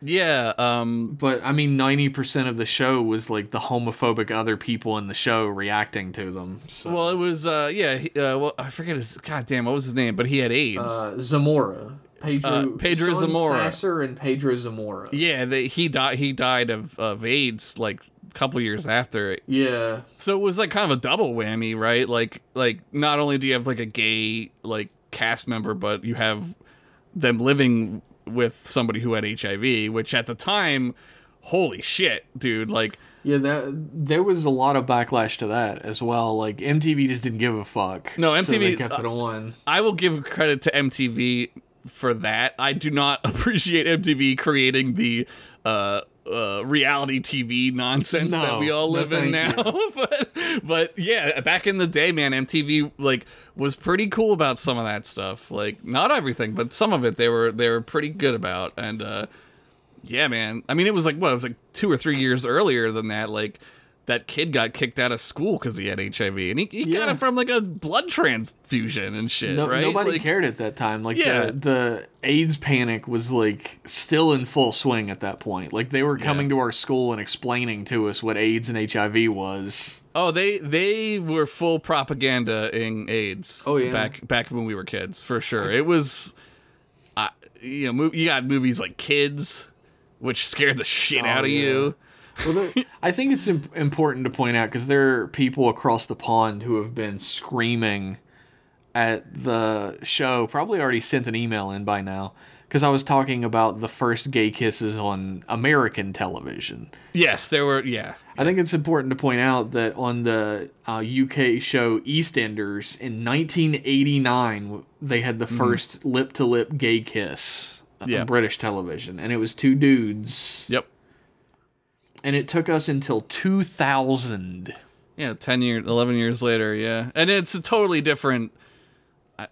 Yeah, um
But I mean, ninety percent of the show was like the homophobic other people in the show reacting to them. So.
well it was uh yeah, he, uh well I forget his god damn, what was his name, but he had AIDS.
uh, Zamora, Pedro,
Uh, Pedro
Sean
Zamora.
Sasser, and Pedro Zamora.
yeah, they, he died he died of of AIDS like a couple years after it.
Yeah,
So it was like kind of a double whammy, right? Like like not only do you have like a gay like cast member, but you have them living with somebody who had HIV, which at the time, holy shit, dude, like
yeah. That there was a lot of backlash to that as well. Like MTV just didn't give a fuck.
No,
so they
MTV
kept it on.
I will give credit to MTV for that. I do not appreciate MTV creating the uh, uh, reality TV nonsense
No,
that we all
no,
live in now.
thank
but, but yeah, back in the day, man, MTV like was pretty cool about some of that stuff. Like not everything, but some of it they were they were pretty good about. And uh, yeah, man, I mean it was like what it was like two or three years earlier than that. Like that kid got kicked out of school because he had HIV, and he, he got
Yeah.
it from like a blood transfusion and shit
No,
right?
Nobody
Like,
cared at that time. Like
Yeah.
the, the AIDS panic was like still in full swing at that point. Like they were coming to our school and explaining to us what AIDS and HIV was.
Oh, they they were full propaganda in AIDS.
Oh, yeah.
back back when we were kids, for sure. It was, I you know, mov- you got movies like Kids, which scared the shit out of
Oh, yeah.
you.
Well, there- I think it's imp- important to point out because there are people across the pond who have been screaming at the show. Probably already sent an email in by now because I was talking about the first gay kisses on American television.
Yes, there were. Yeah,
I think it's important to point out that on the uh, UK show EastEnders in 1989, they had the first lip to lip gay kiss
Mm-hmm. Yeah.
on British television, and it was two dudes
yep,
and it took us until 2000
yeah. Ten years, eleven years later. Yeah, and it's a totally different. I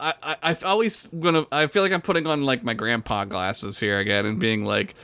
I I I've always gonna. I feel like I'm putting on like my grandpa glasses here again and being like,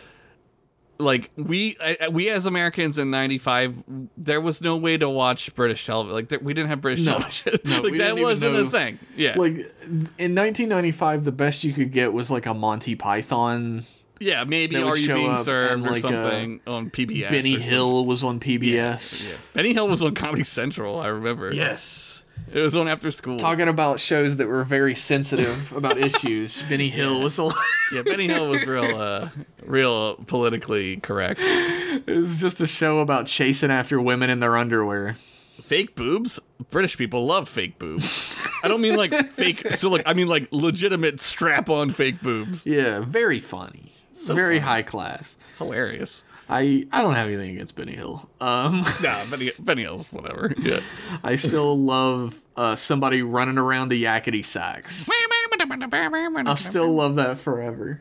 like we I, I- we as Americans in '95, there was no way to watch British television. Like there, we didn't have British
No.
television.
No,
like
we
that
didn't even
wasn't a
know-
thing. Yeah,
like in 1995 the best you could get was like a monty python
yeah, maybe
they would
Are You
show
Being
up
Served
and,
or
like, uh,
something on PBS.
benny
or
hill was on pbs
something. Benny Hill was on Comedy Central. I remember.
yes
it was on after school.
talking about shows that were very sensitive about issues benny hill was a
yeah, Benny Hill was real, uh, real politically correct.
it was just a show about chasing after women in their underwear
fake boobs british people love fake boobs i don't mean like fake so like i mean like legitimate strap on fake boobs
yeah very funny very high class
hilarious
i i don't have anything against benny hill um
nah benny, benny hill's whatever yeah
i still love uh somebody running around the yakety sacks I'll still love that forever.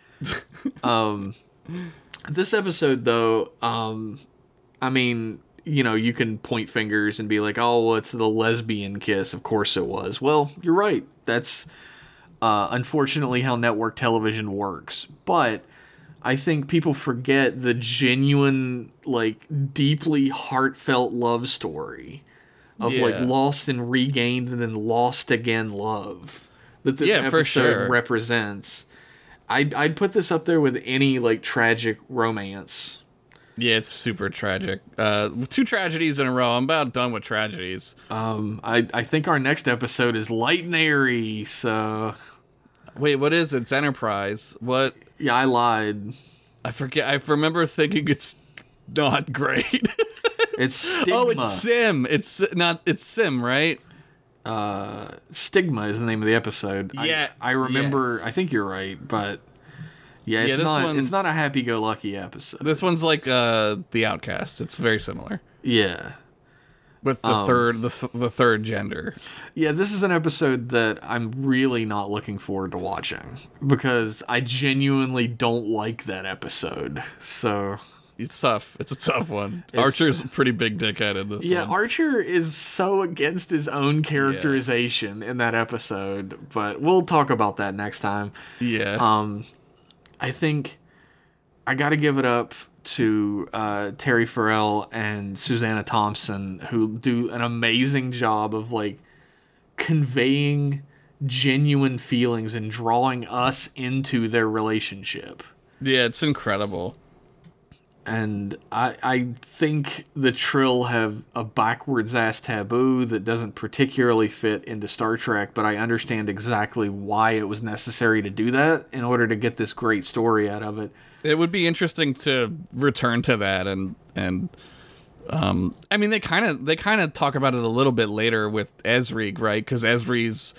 um, this episode though, um, I mean, you know, you can point fingers and be like, "Oh, well, it's the lesbian kiss." Of course, it was. Well, you're right. That's uh, unfortunately how network television works. But I think people forget the genuine, like, deeply heartfelt love story of like
Yeah.
lost and regained and then lost again love that this
Yeah,
episode
for sure.
represents. I'd, I'd put this up there with any like tragic romance.
Yeah, it's super tragic. Uh, two tragedies in a row. I'm about done with tragedies.
Um, I, I think our next episode is light and airy, so
Wait, what is it? It's Enterprise. What?
yeah, I lied.
I forget. I remember thinking it's not great.
It's stigma.
oh, it's Sim. It's not. It's Sim, right?
Stigma is the name of the episode. I-
Yeah,
I, remember.
yes.
I think you're right, but yeah, it's
this
not. It's
one's-
not a happy-go-lucky episode.
This one's like uh, The Outcast. It's very similar
Yeah,
with the
Um,
third the, s- the third gender.
yeah. This is an episode that I'm really not looking forward to watching because I genuinely don't like that episode. So
It's tough. It's a tough one. Archer's a pretty big dickhead in this
yeah,
one.
Archer is so against his own characterization in that episode, but we'll talk about that next time.
yeah.
um, I think I got to give it up to uh, Terry Farrell and Susanna Thompson, who do an amazing job of like conveying genuine feelings and drawing us into their relationship.
yeah, it's incredible.
And I, I think the Trill have a backwards ass taboo that doesn't particularly fit into Star Trek, but I understand exactly why it was necessary to do that in order to get this great story out of it.
It would be interesting to return to that and and um I mean they kind of they kind of talk about it a little bit later with Ezrig, right? Cuz Ezrig's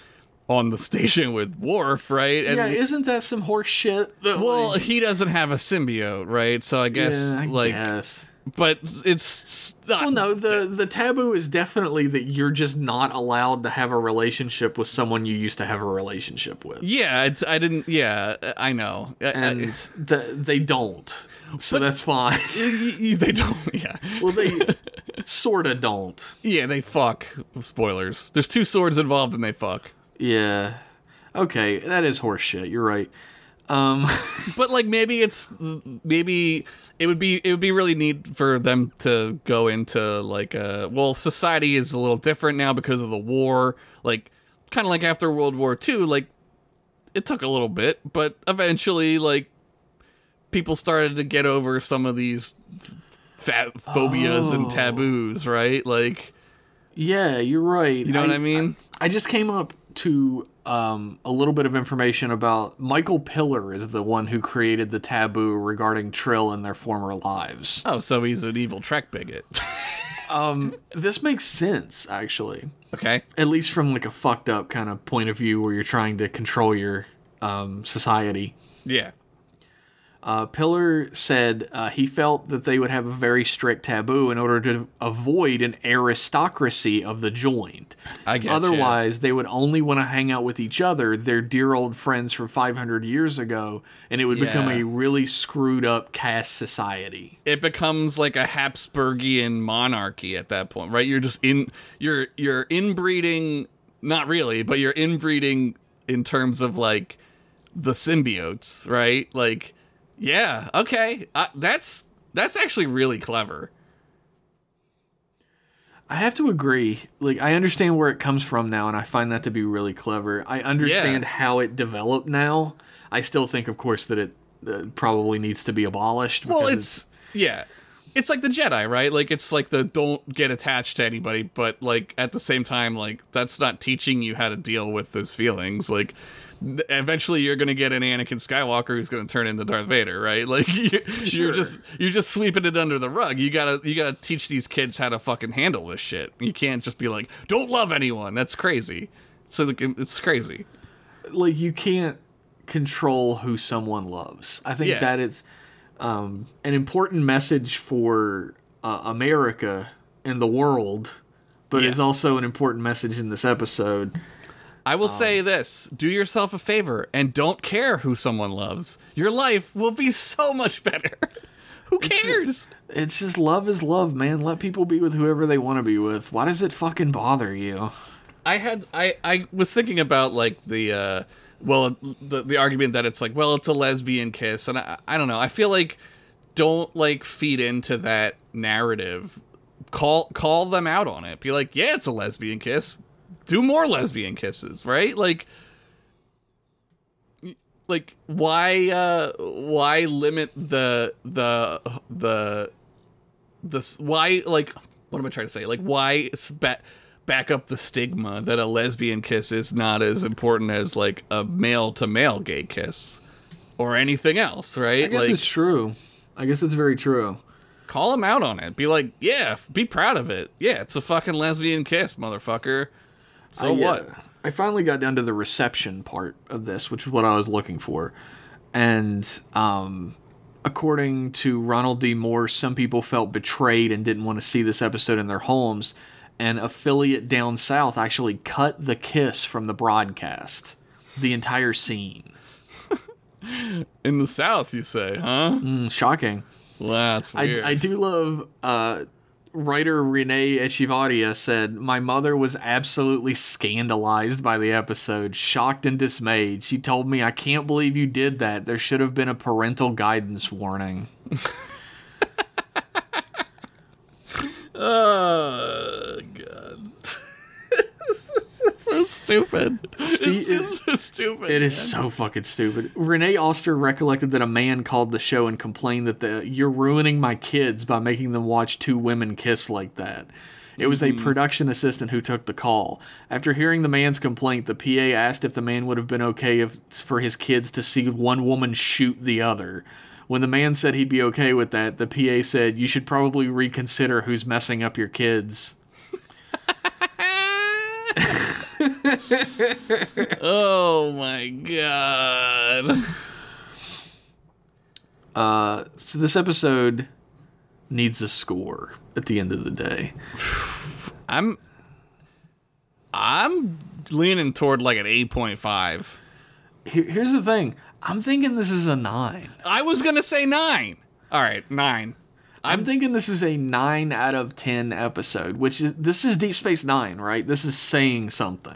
on the station with Worf, right? And
yeah, isn't that some horse shit? That,
well,
like-
he doesn't have a symbiote, right? So I guess
yeah, I
like
guess.
but it's not,
Well, no, the the taboo is definitely that you're just not allowed to have a relationship with someone you used to have a relationship with,
Yeah, it's I didn't yeah, I know. Uh, I- I-
and the, they don't. So that's fine.
they don't yeah.
well, they sorta don't.
Yeah, they fuck. Spoilers. There's two swords involved and they fuck.
Yeah. Okay, that is horse shit. You're right. Um,
But like maybe it's maybe it would be it would be really neat for them to go into like uh well society is a little different now because of the war like kind of like after World War II like it took a little bit but eventually like people started to get over some of these fa- phobias and taboos right like
yeah, you're right.
you know what I mean
I just came up to um, a little bit of information about Michael Piller is the one who created the taboo regarding Trill and their former lives.
oh so he's an evil Trek bigot
This makes sense, actually,
okay
at least from like a fucked up kind of point of view where you're trying to control your um, society.
yeah
Uh, Pillar said uh, he felt that they would have a very strict taboo in order to avoid an aristocracy of the joined.
I get
Otherwise, they would only want to hang out with each other, their dear old friends from 500 years ago, and it would become
Yeah.
a really screwed up caste society.
it becomes like a Habsburgian monarchy at that point, right? You're just in you're you're inbreeding not really, but you're inbreeding in terms of like the symbiotes, right? Like yeah, okay. Uh, that's that's actually really clever.
I have to agree. Like, I understand where it comes from now, and I find that to be really clever. I understand how it developed now. I still think, of course, that it uh, probably needs to be abolished.
Well,
because
it's yeah. It's like the Jedi, right? Like it's like the don't get attached to anybody, but like at the same time like that's not teaching you how to deal with those feelings. Like th- eventually you're going to get an Anakin Skywalker who's going to turn into Darth Vader, right? Like you,
Sure.
you're just you're just sweeping it under the rug. You got to you got to teach these kids how to fucking handle this shit. You can't just be like, "Don't love anyone." That's crazy. So like, it- it's crazy.
like you can't control who someone loves. I think
Yeah.
that is um, an important message for uh, America and the world, but
Yeah.
is also an important message in this episode.
I will say this do yourself a favor and don't care who someone loves. Your life will be so much better. who cares?
It's just love is love, man. Let people be with whoever they want to be with. Why does it fucking bother you?
I had I I was thinking about like the uh well, the the argument that it's like, well, it's a lesbian kiss, and I I don't know. I feel like don't like feed into that narrative. Call call them out on it. Be like, yeah, it's a lesbian kiss. Do more lesbian kisses, right? Like like why uh why limit the the the this why like what am i trying to say like why spa- back up the stigma that a lesbian kiss is not as important as like a male to male gay kiss or anything else right
I guess
like
it's true. I guess it's very true.
call them out on it be like yeah f- be proud of it yeah it's a fucking lesbian kiss motherfucker so
I, uh,
Oh, what
I finally got down to the reception part of this, which is what I was looking for. And um, according to Ronald D. Moore, some people felt betrayed and didn't want to see this episode in their homes. An affiliate down south actually cut the kiss from the broadcast, the entire scene.
in the south you say huh
Mm, shocking.
well, that's weird
I, I do love uh, writer Renee Echevarria said, My mother was absolutely scandalized by the episode, shocked and dismayed. She told me, I can't believe you did that. There should have been a parental guidance warning.
Oh god. so stupid.
Steve-
It's so stupid.
It is so fucking stupid. Renee Auster recollected that a man called the show and complained that the you're ruining my kids by making them watch two women kiss like that. It was a production assistant who took the call. After hearing the man's complaint, the PA asked if the man would have been okay if, for his kids to see one woman shoot the other. When the man said he'd be okay with that, the PA said, You should probably reconsider who's messing up your kids.
Oh my god.
Uh, So this episode needs a score at the end of the day.
I'm I'm leaning toward like an 8.5.
Here- here's the thing. I'm thinking this is a nine.
I was going to say 9. All right, 9.
I'm thinking this is a nine out of ten episode, which is this is Deep Space Nine, right? This is saying something.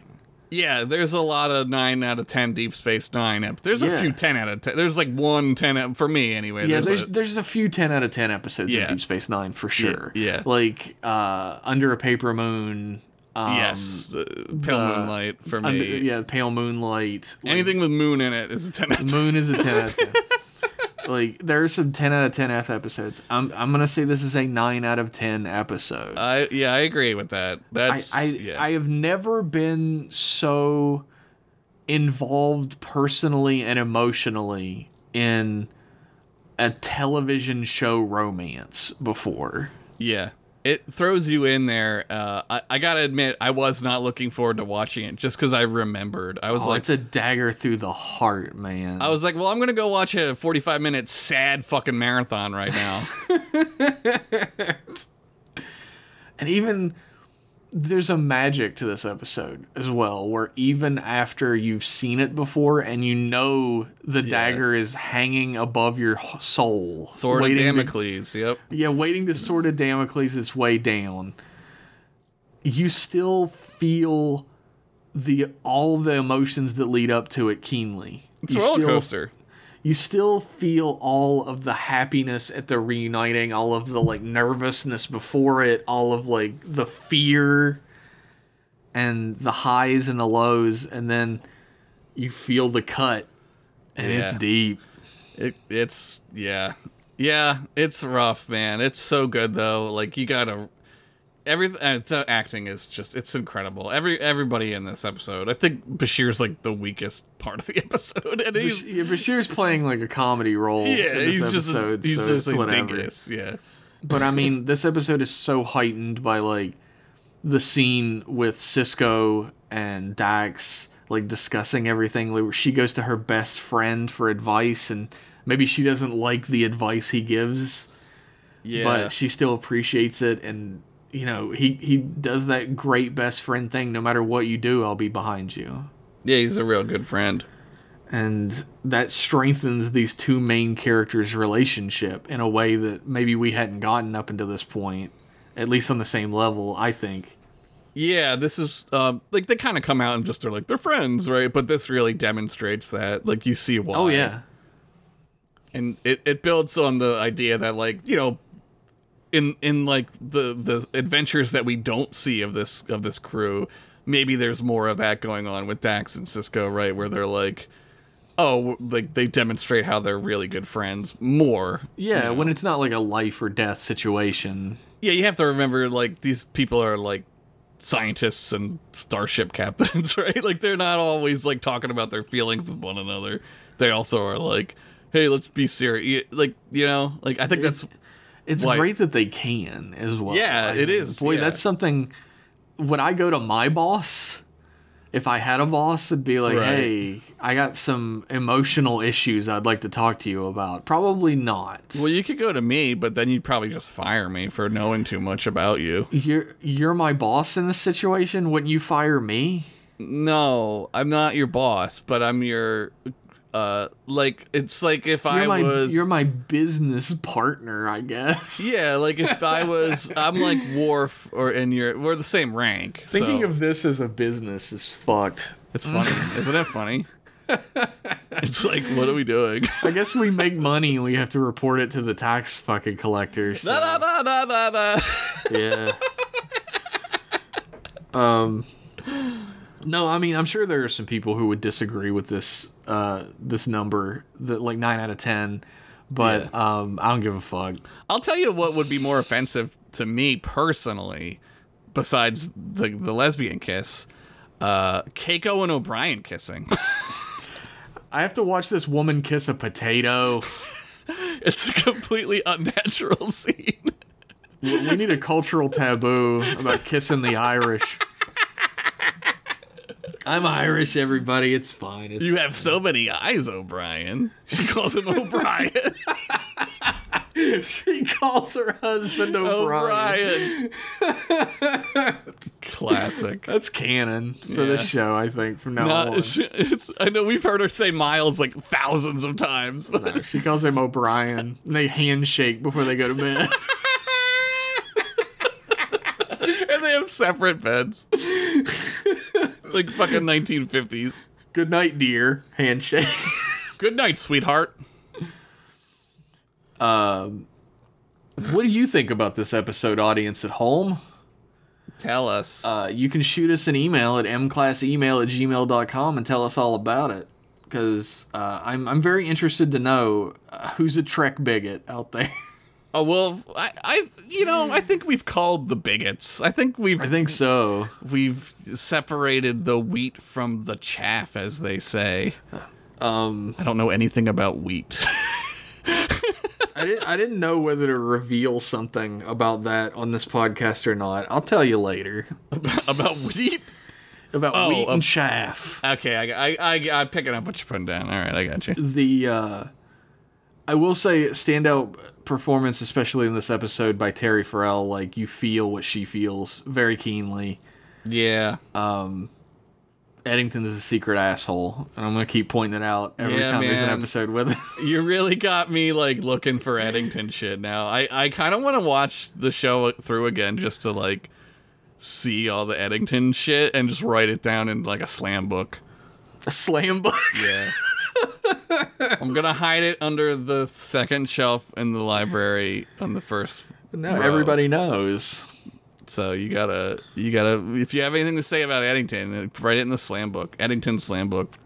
Yeah, there's a lot of 9 out of 10 Deep Space 9. ep- There's a
Yeah.
few 10 out of 10. There's like one 10 out- for me anyway.
Yeah, there's
a-
there's a few ten out of ten episodes
Yeah.
of Deep Space Nine for sure.
yeah.
like uh, Under a Paper Moon. Um,
yes, the Pale Moonlight for me.
Under, yeah, Pale Moonlight. like,
Anything with moon in it is a 10 out of 10.
Moon is a ten out of ten. like there are some ten out of ten ass episodes. I'm I'm gonna say this is a nine out of ten episode.
I yeah, I agree with that.
I
That's
I,
yeah.
I have never been so involved personally and emotionally in a television show romance before.
yeah. It throws you in there. Uh, I, I gotta admit, I was not looking forward to watching it just because I remembered. I was
Oh,
like, Oh.
it's a dagger through the heart, man.
I was like, well, I'm gonna go watch a 45 minute sad fucking marathon right now.
and even there's a magic to this episode as well, where even after you've seen it before and you know the dagger is hanging above your h- soul,
Sword of
waiting to
Damocles. Yep.
Yeah, waiting to sort of Damocles its way down. You still feel the all the emotions that lead up to it keenly.
It's a
you
roller
still,
coaster.
You still feel all of the happiness at the reuniting, all of the like nervousness before it, all of like the fear and the highs and the lows, and then you feel the cut, and it's
Yeah.
deep.
It, it's yeah, yeah. It's rough, man. It's so good though. Like you gotta every uh, the acting is just it's incredible. Every everybody in this episode. I think Bashir's like the weakest part of the episode, and he's
Bash- yeah, Bashir's playing like a comedy role in
yeah,
this
he's just a,
episode,
he's
so it's
just a
whatever.
dingus. Yeah,
But I mean, this episode is so heightened by like the scene with Cisco and Dax, like discussing everything. Like, where she goes to her best friend for advice, and maybe she doesn't like the advice he gives,
yeah.
but she still appreciates it. And you know, he he does that great best friend thing. No matter what you do, I'll be behind you.
yeah, he's a real good friend.
and that strengthens these two main characters' relationship in a way that maybe we hadn't gotten up until this point, at least on the same level. I think
Yeah, this is um, like they kind of come out and just are like they're friends, right? But this really demonstrates that, like you see why.
Oh yeah.
and it, it builds on the idea that like you know, in in like the the adventures that we don't see of this of this crew, maybe there's more of that going on with Dax and Cisco, right? Where they're like, oh, like they demonstrate how they're really good friends more.
Yeah, when it's not like a life or death situation.
Yeah, you have to remember like these people are like scientists and starship captains, right? Like they're not always like talking about their feelings with one another. They also are like, "Hey, let's be serious." Like, you know, like I think that's
It's
Like-
great that they can as well.
Yeah,
I
it
think.
is,
Boy,
yeah.
that's something. When I go to my boss, if I had a boss, it'd be like,
Right.
"Hey, I got some emotional issues I'd like to talk to you about." Probably not.
well, you could go to me, but then you'd probably just fire me for knowing too much about you.
You're you're my boss in this situation. Wouldn't you fire me?
No, I'm not your boss, but I'm your uh like it's like if
You're
I
my
was
you're my business partner, I guess.
yeah, like if I was, I'm like Worf, or in your, we're the same rank. so.
this as a business is fucked.
It's funny, isn't it funny? it's like, what are we doing?
I guess we make money and we have to report it to the tax fucking collectors.
Da, da, da, da, da, da.
yeah. Um. No, I mean I'm sure there are some people who would disagree with this uh this number that like nine out of ten, but um I don't give a fuck.
I'll tell you what would be more offensive to me personally, besides the the lesbian kiss, uh, Keiko and O'Brien kissing.
I have to watch this woman kiss a potato.
it's a completely unnatural scene.
we need a cultural taboo about kissing the Irish. I'm Irish, everybody. It's fine. It's
You have so many eyes, O'Brien. She calls him O'Brien.
she calls her husband
O'Brien. Classic.
That's canon for this show, I think, from now
Not-
on.
she- it's, I know we've heard her say Miles like thousands of times, but
She calls him O'Brien. And they handshake before they go to bed.
and they have separate beds, like fucking 1950s.
Good night, dear. Handshake.
Good night, sweetheart.
what do you think about this episode, audience at home?
Tell us.
Uh, you can shoot us an email at mclassemail at gmail.com and tell us all about it. Because uh, I'm, I'm very interested to know uh, who's a Trek bigot out there.
oh well, I, I, you know, I think we've called the bigots. I think we've,
I think so.
we've separated the wheat from the chaff, as they say.
Uh,
Um, I don't know anything about wheat.
I, did, I didn't know whether to reveal something about that on this podcast or not. I'll tell you later.
about wheat.
About
Oh,
wheat
um,
and chaff.
Okay, I, I, I, I'm picking up what you're putting down. All right, I got you.
the uh, I will say standout performance, especially in this episode by Terry Farrell. Like you feel what she feels very keenly.
Yeah.
Eddington is a secret asshole, and I'm gonna keep pointing it out every
Yeah,
time there's an
man.
episode with him.
You really got me like looking for Eddington shit now. I, I kind of want to watch the show through again just to like see all the Eddington shit and just write it down in like a slam book.
a slam book.
Yeah. I'm gonna hide it under the second shelf in the library on the first.
No,
row.
everybody knows.
So you gotta, you gotta. If you have anything to say about Eddington, uh, write it in the slam book. Eddington slam book.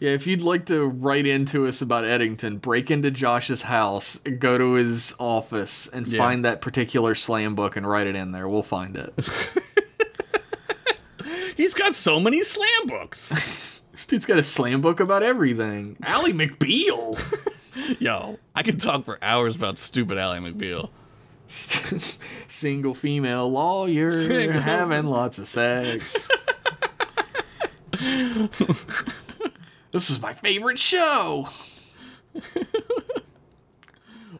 Yeah, if you'd like to write into us about Eddington, break into Josh's house, go to his office, and
Yeah.
find that particular slam book and write it in there. We'll find it.
He's got so many slam books.
this dude's got a slam book about everything. Allie McBeal.
Yo, I could talk for hours about stupid Ally McBeal.
single female lawyer
Single-
having lots of sex. this was my favorite show.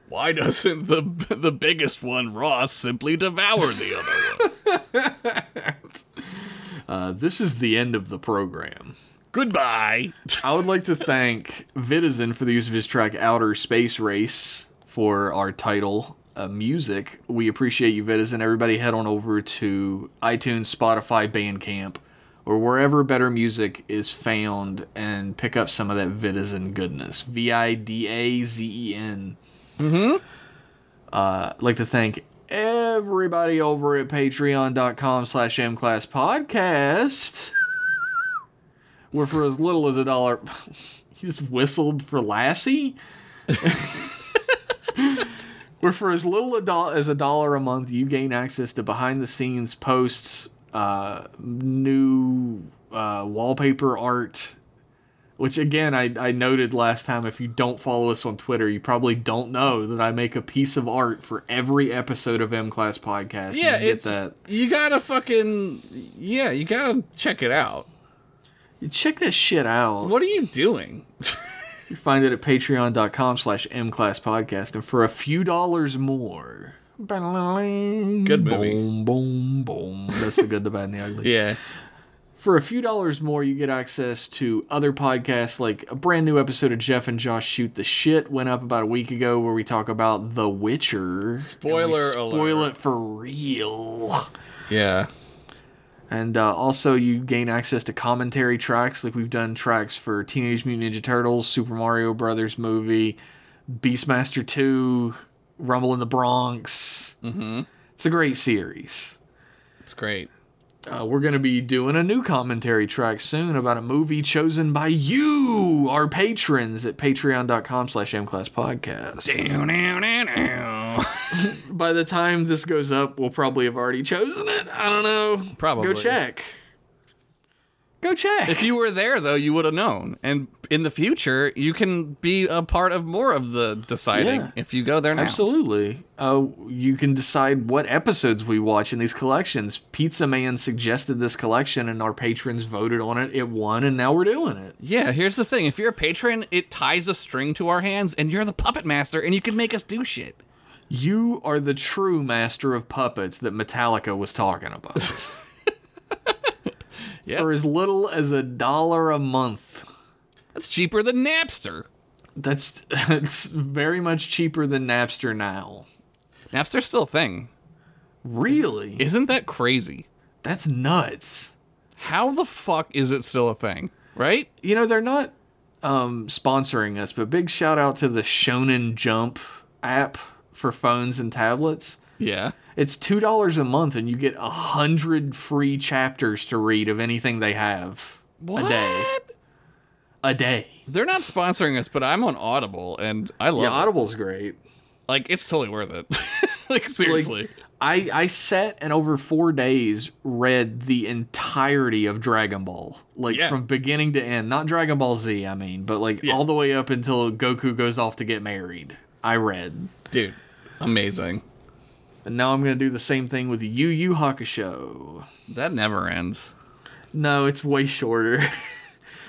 Why doesn't the the biggest one, Ross, simply devour the other one?
Uh, this is the end of the program.
Goodbye.
I would like to thank Vitizen for the use of his track Outer Space Race for our title uh, music, we appreciate you, Vitas, and everybody head on over to iTunes, Spotify, Bandcamp, or wherever better music is found and pick up some of that Vidazen goodness. V I D A Z E N. Uh, I'd like to thank everybody over at patreon.com slash mclasspodcast. Where for as little as a dollar, you just whistled for Lassie? where for as little a doll- as a dollar a month, you gain access to behind the scenes posts, uh, new uh, wallpaper art, which again, I, I noted last time if you don't follow us on Twitter, you probably don't know that I make a piece of art for every episode of M Class Podcast. and
Yeah,
you get
it's
that.
you gotta fucking yeah, you gotta check it out.
Check that shit out.
What are you doing?
Find it at patreon.com slash mclasspodcast. And for a few dollars more... Good
movie.
Boom, boom, boom. That's the good, the bad, and the ugly.
Yeah,
For a few dollars more, you get access to other podcasts like a brand new episode of Jeff and Josh Shoot the Shit went up about a week ago where we talk about The Witcher.
Spoiler
And we spoil
alert.
it for real.
yeah.
And uh, also, you gain access to commentary tracks. Like we've done tracks for Teenage Mutant Ninja Turtles, Super Mario Brothers movie, Beastmaster Two, Rumble in the Bronx. Mm-hmm. It's a great series.
It's great.
Uh, we're going to be doing a new commentary track soon about a movie chosen by you, our patrons, at patreon.com slash mclasspodcast. By the time this goes up, we'll probably have already chosen it. I don't know.
Probably.
Go check. Go check.
If you were there though, you would have known. And in the future, you can be a part of more of the deciding
Yeah.
if you go there now.
Absolutely. Uh, you can decide what episodes we watch in these collections. Pizza Man suggested this collection, and our patrons voted on it. It won, and now we're doing it.
Yeah, here's the thing. If you're a patron, it ties a string to our hands and you're the puppet master and you can make us do shit.
You are the true master of puppets that Metallica was talking about.
Yep.
For as little as a dollar a month.
That's cheaper than Napster.
That's it's very much cheaper than Napster now.
Napster's still a thing.
Really?
Isn't that crazy?
That's nuts.
How the fuck is it still a thing? Right?
You know, they're not um, sponsoring us, but big shout out to the Shonen Jump app for phones and tablets.
Yeah.
It's $2 a month and you get a 100 free chapters to read of anything they have
What?
a day. A day.
They're not sponsoring us, but I'm on Audible and I love
Yeah,
it.
Audible's great.
Like it's totally worth it. like seriously.
I I sat and over four days read the entirety of Dragon Ball, like
Yeah.
from beginning to end. Not Dragon Ball Z, I mean, but like all the way up until Goku goes off to get married. I read,
Dude, amazing.
and now I'm gonna do the same thing with Yu Yu Hakusho.
That never ends.
No, it's way shorter.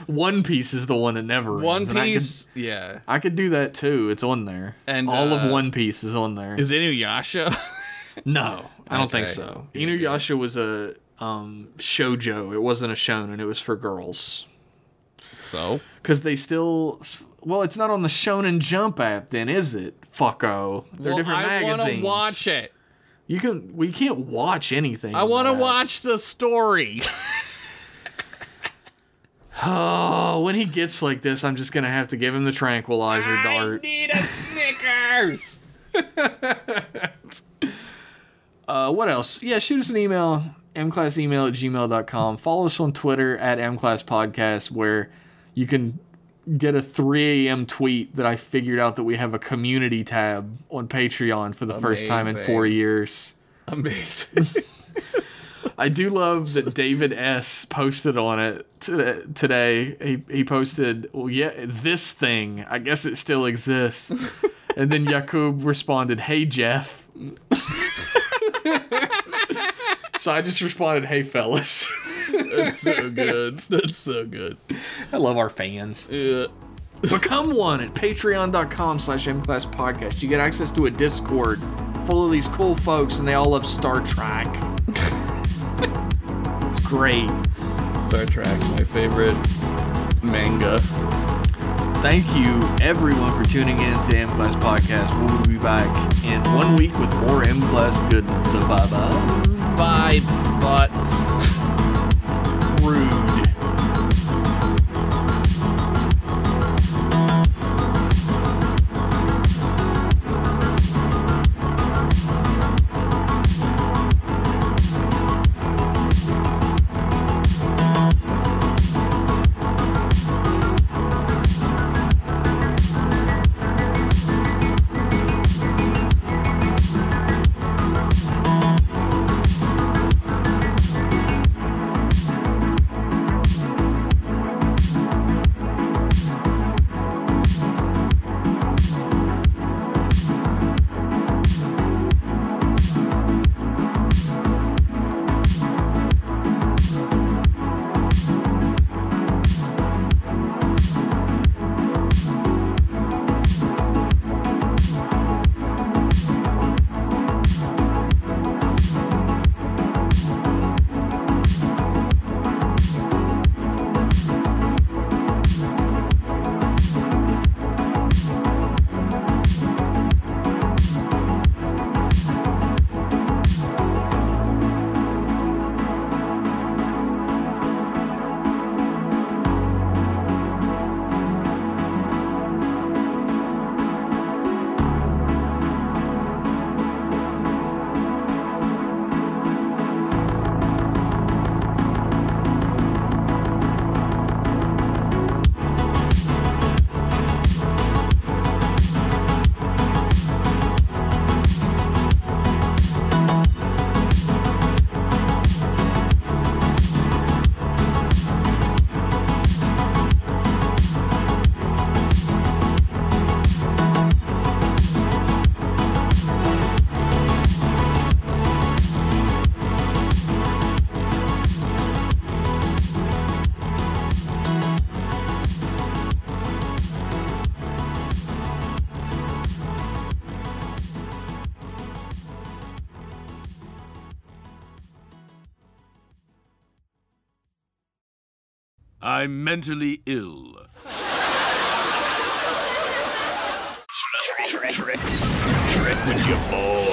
One Piece is the one that never
One
ends, and I could-
Piece. yeah.
I could do that too. It's on there,
And,
all
uh,
of One Piece is on there.
Is Inuyasha?
No, I don't think
Okay.
so. Inuyasha was a um, shojo. It wasn't a shonen. It was for girls
so?
because they still. Well, it's not on the Shonen Jump app, then, is it? Fucko, they're
Well,
different
I wanna
magazines.
watch it.
You can. We can't watch anything.
I want to watch the story.
Oh, when he gets like this, I'm just gonna have to give him the tranquilizer
I
dart.
need a Snickers.
Uh, what else? Yeah, shoot us an email, mclassemail at gmail.com. Follow us on Twitter at mclasspodcast, where you can get a 3 a.m. tweet that I figured out that we have a community tab on Patreon for the first time in four
Amazing.
years.
Amazing.
I do love that David S. posted on it to- today. He, he posted, well, yeah, this thing. I guess it still exists. and then Yakub responded, hey, Jeff. so I just responded, hey, fellas.
That's so good. That's so good.
I love our fans.
Yeah.
Become one at patreon.com slash mclasspodcast. You get access to a Discord full of these cool folks, and they all love Star Trek. it's great.
Star Trek, my favorite manga.
Thank you, everyone, for tuning in to M Class Podcast. We will be back in one week with more M Class goodness. So bye bye.
Bye, butts.
Rude.
I'm mentally ill. Trek with your boy.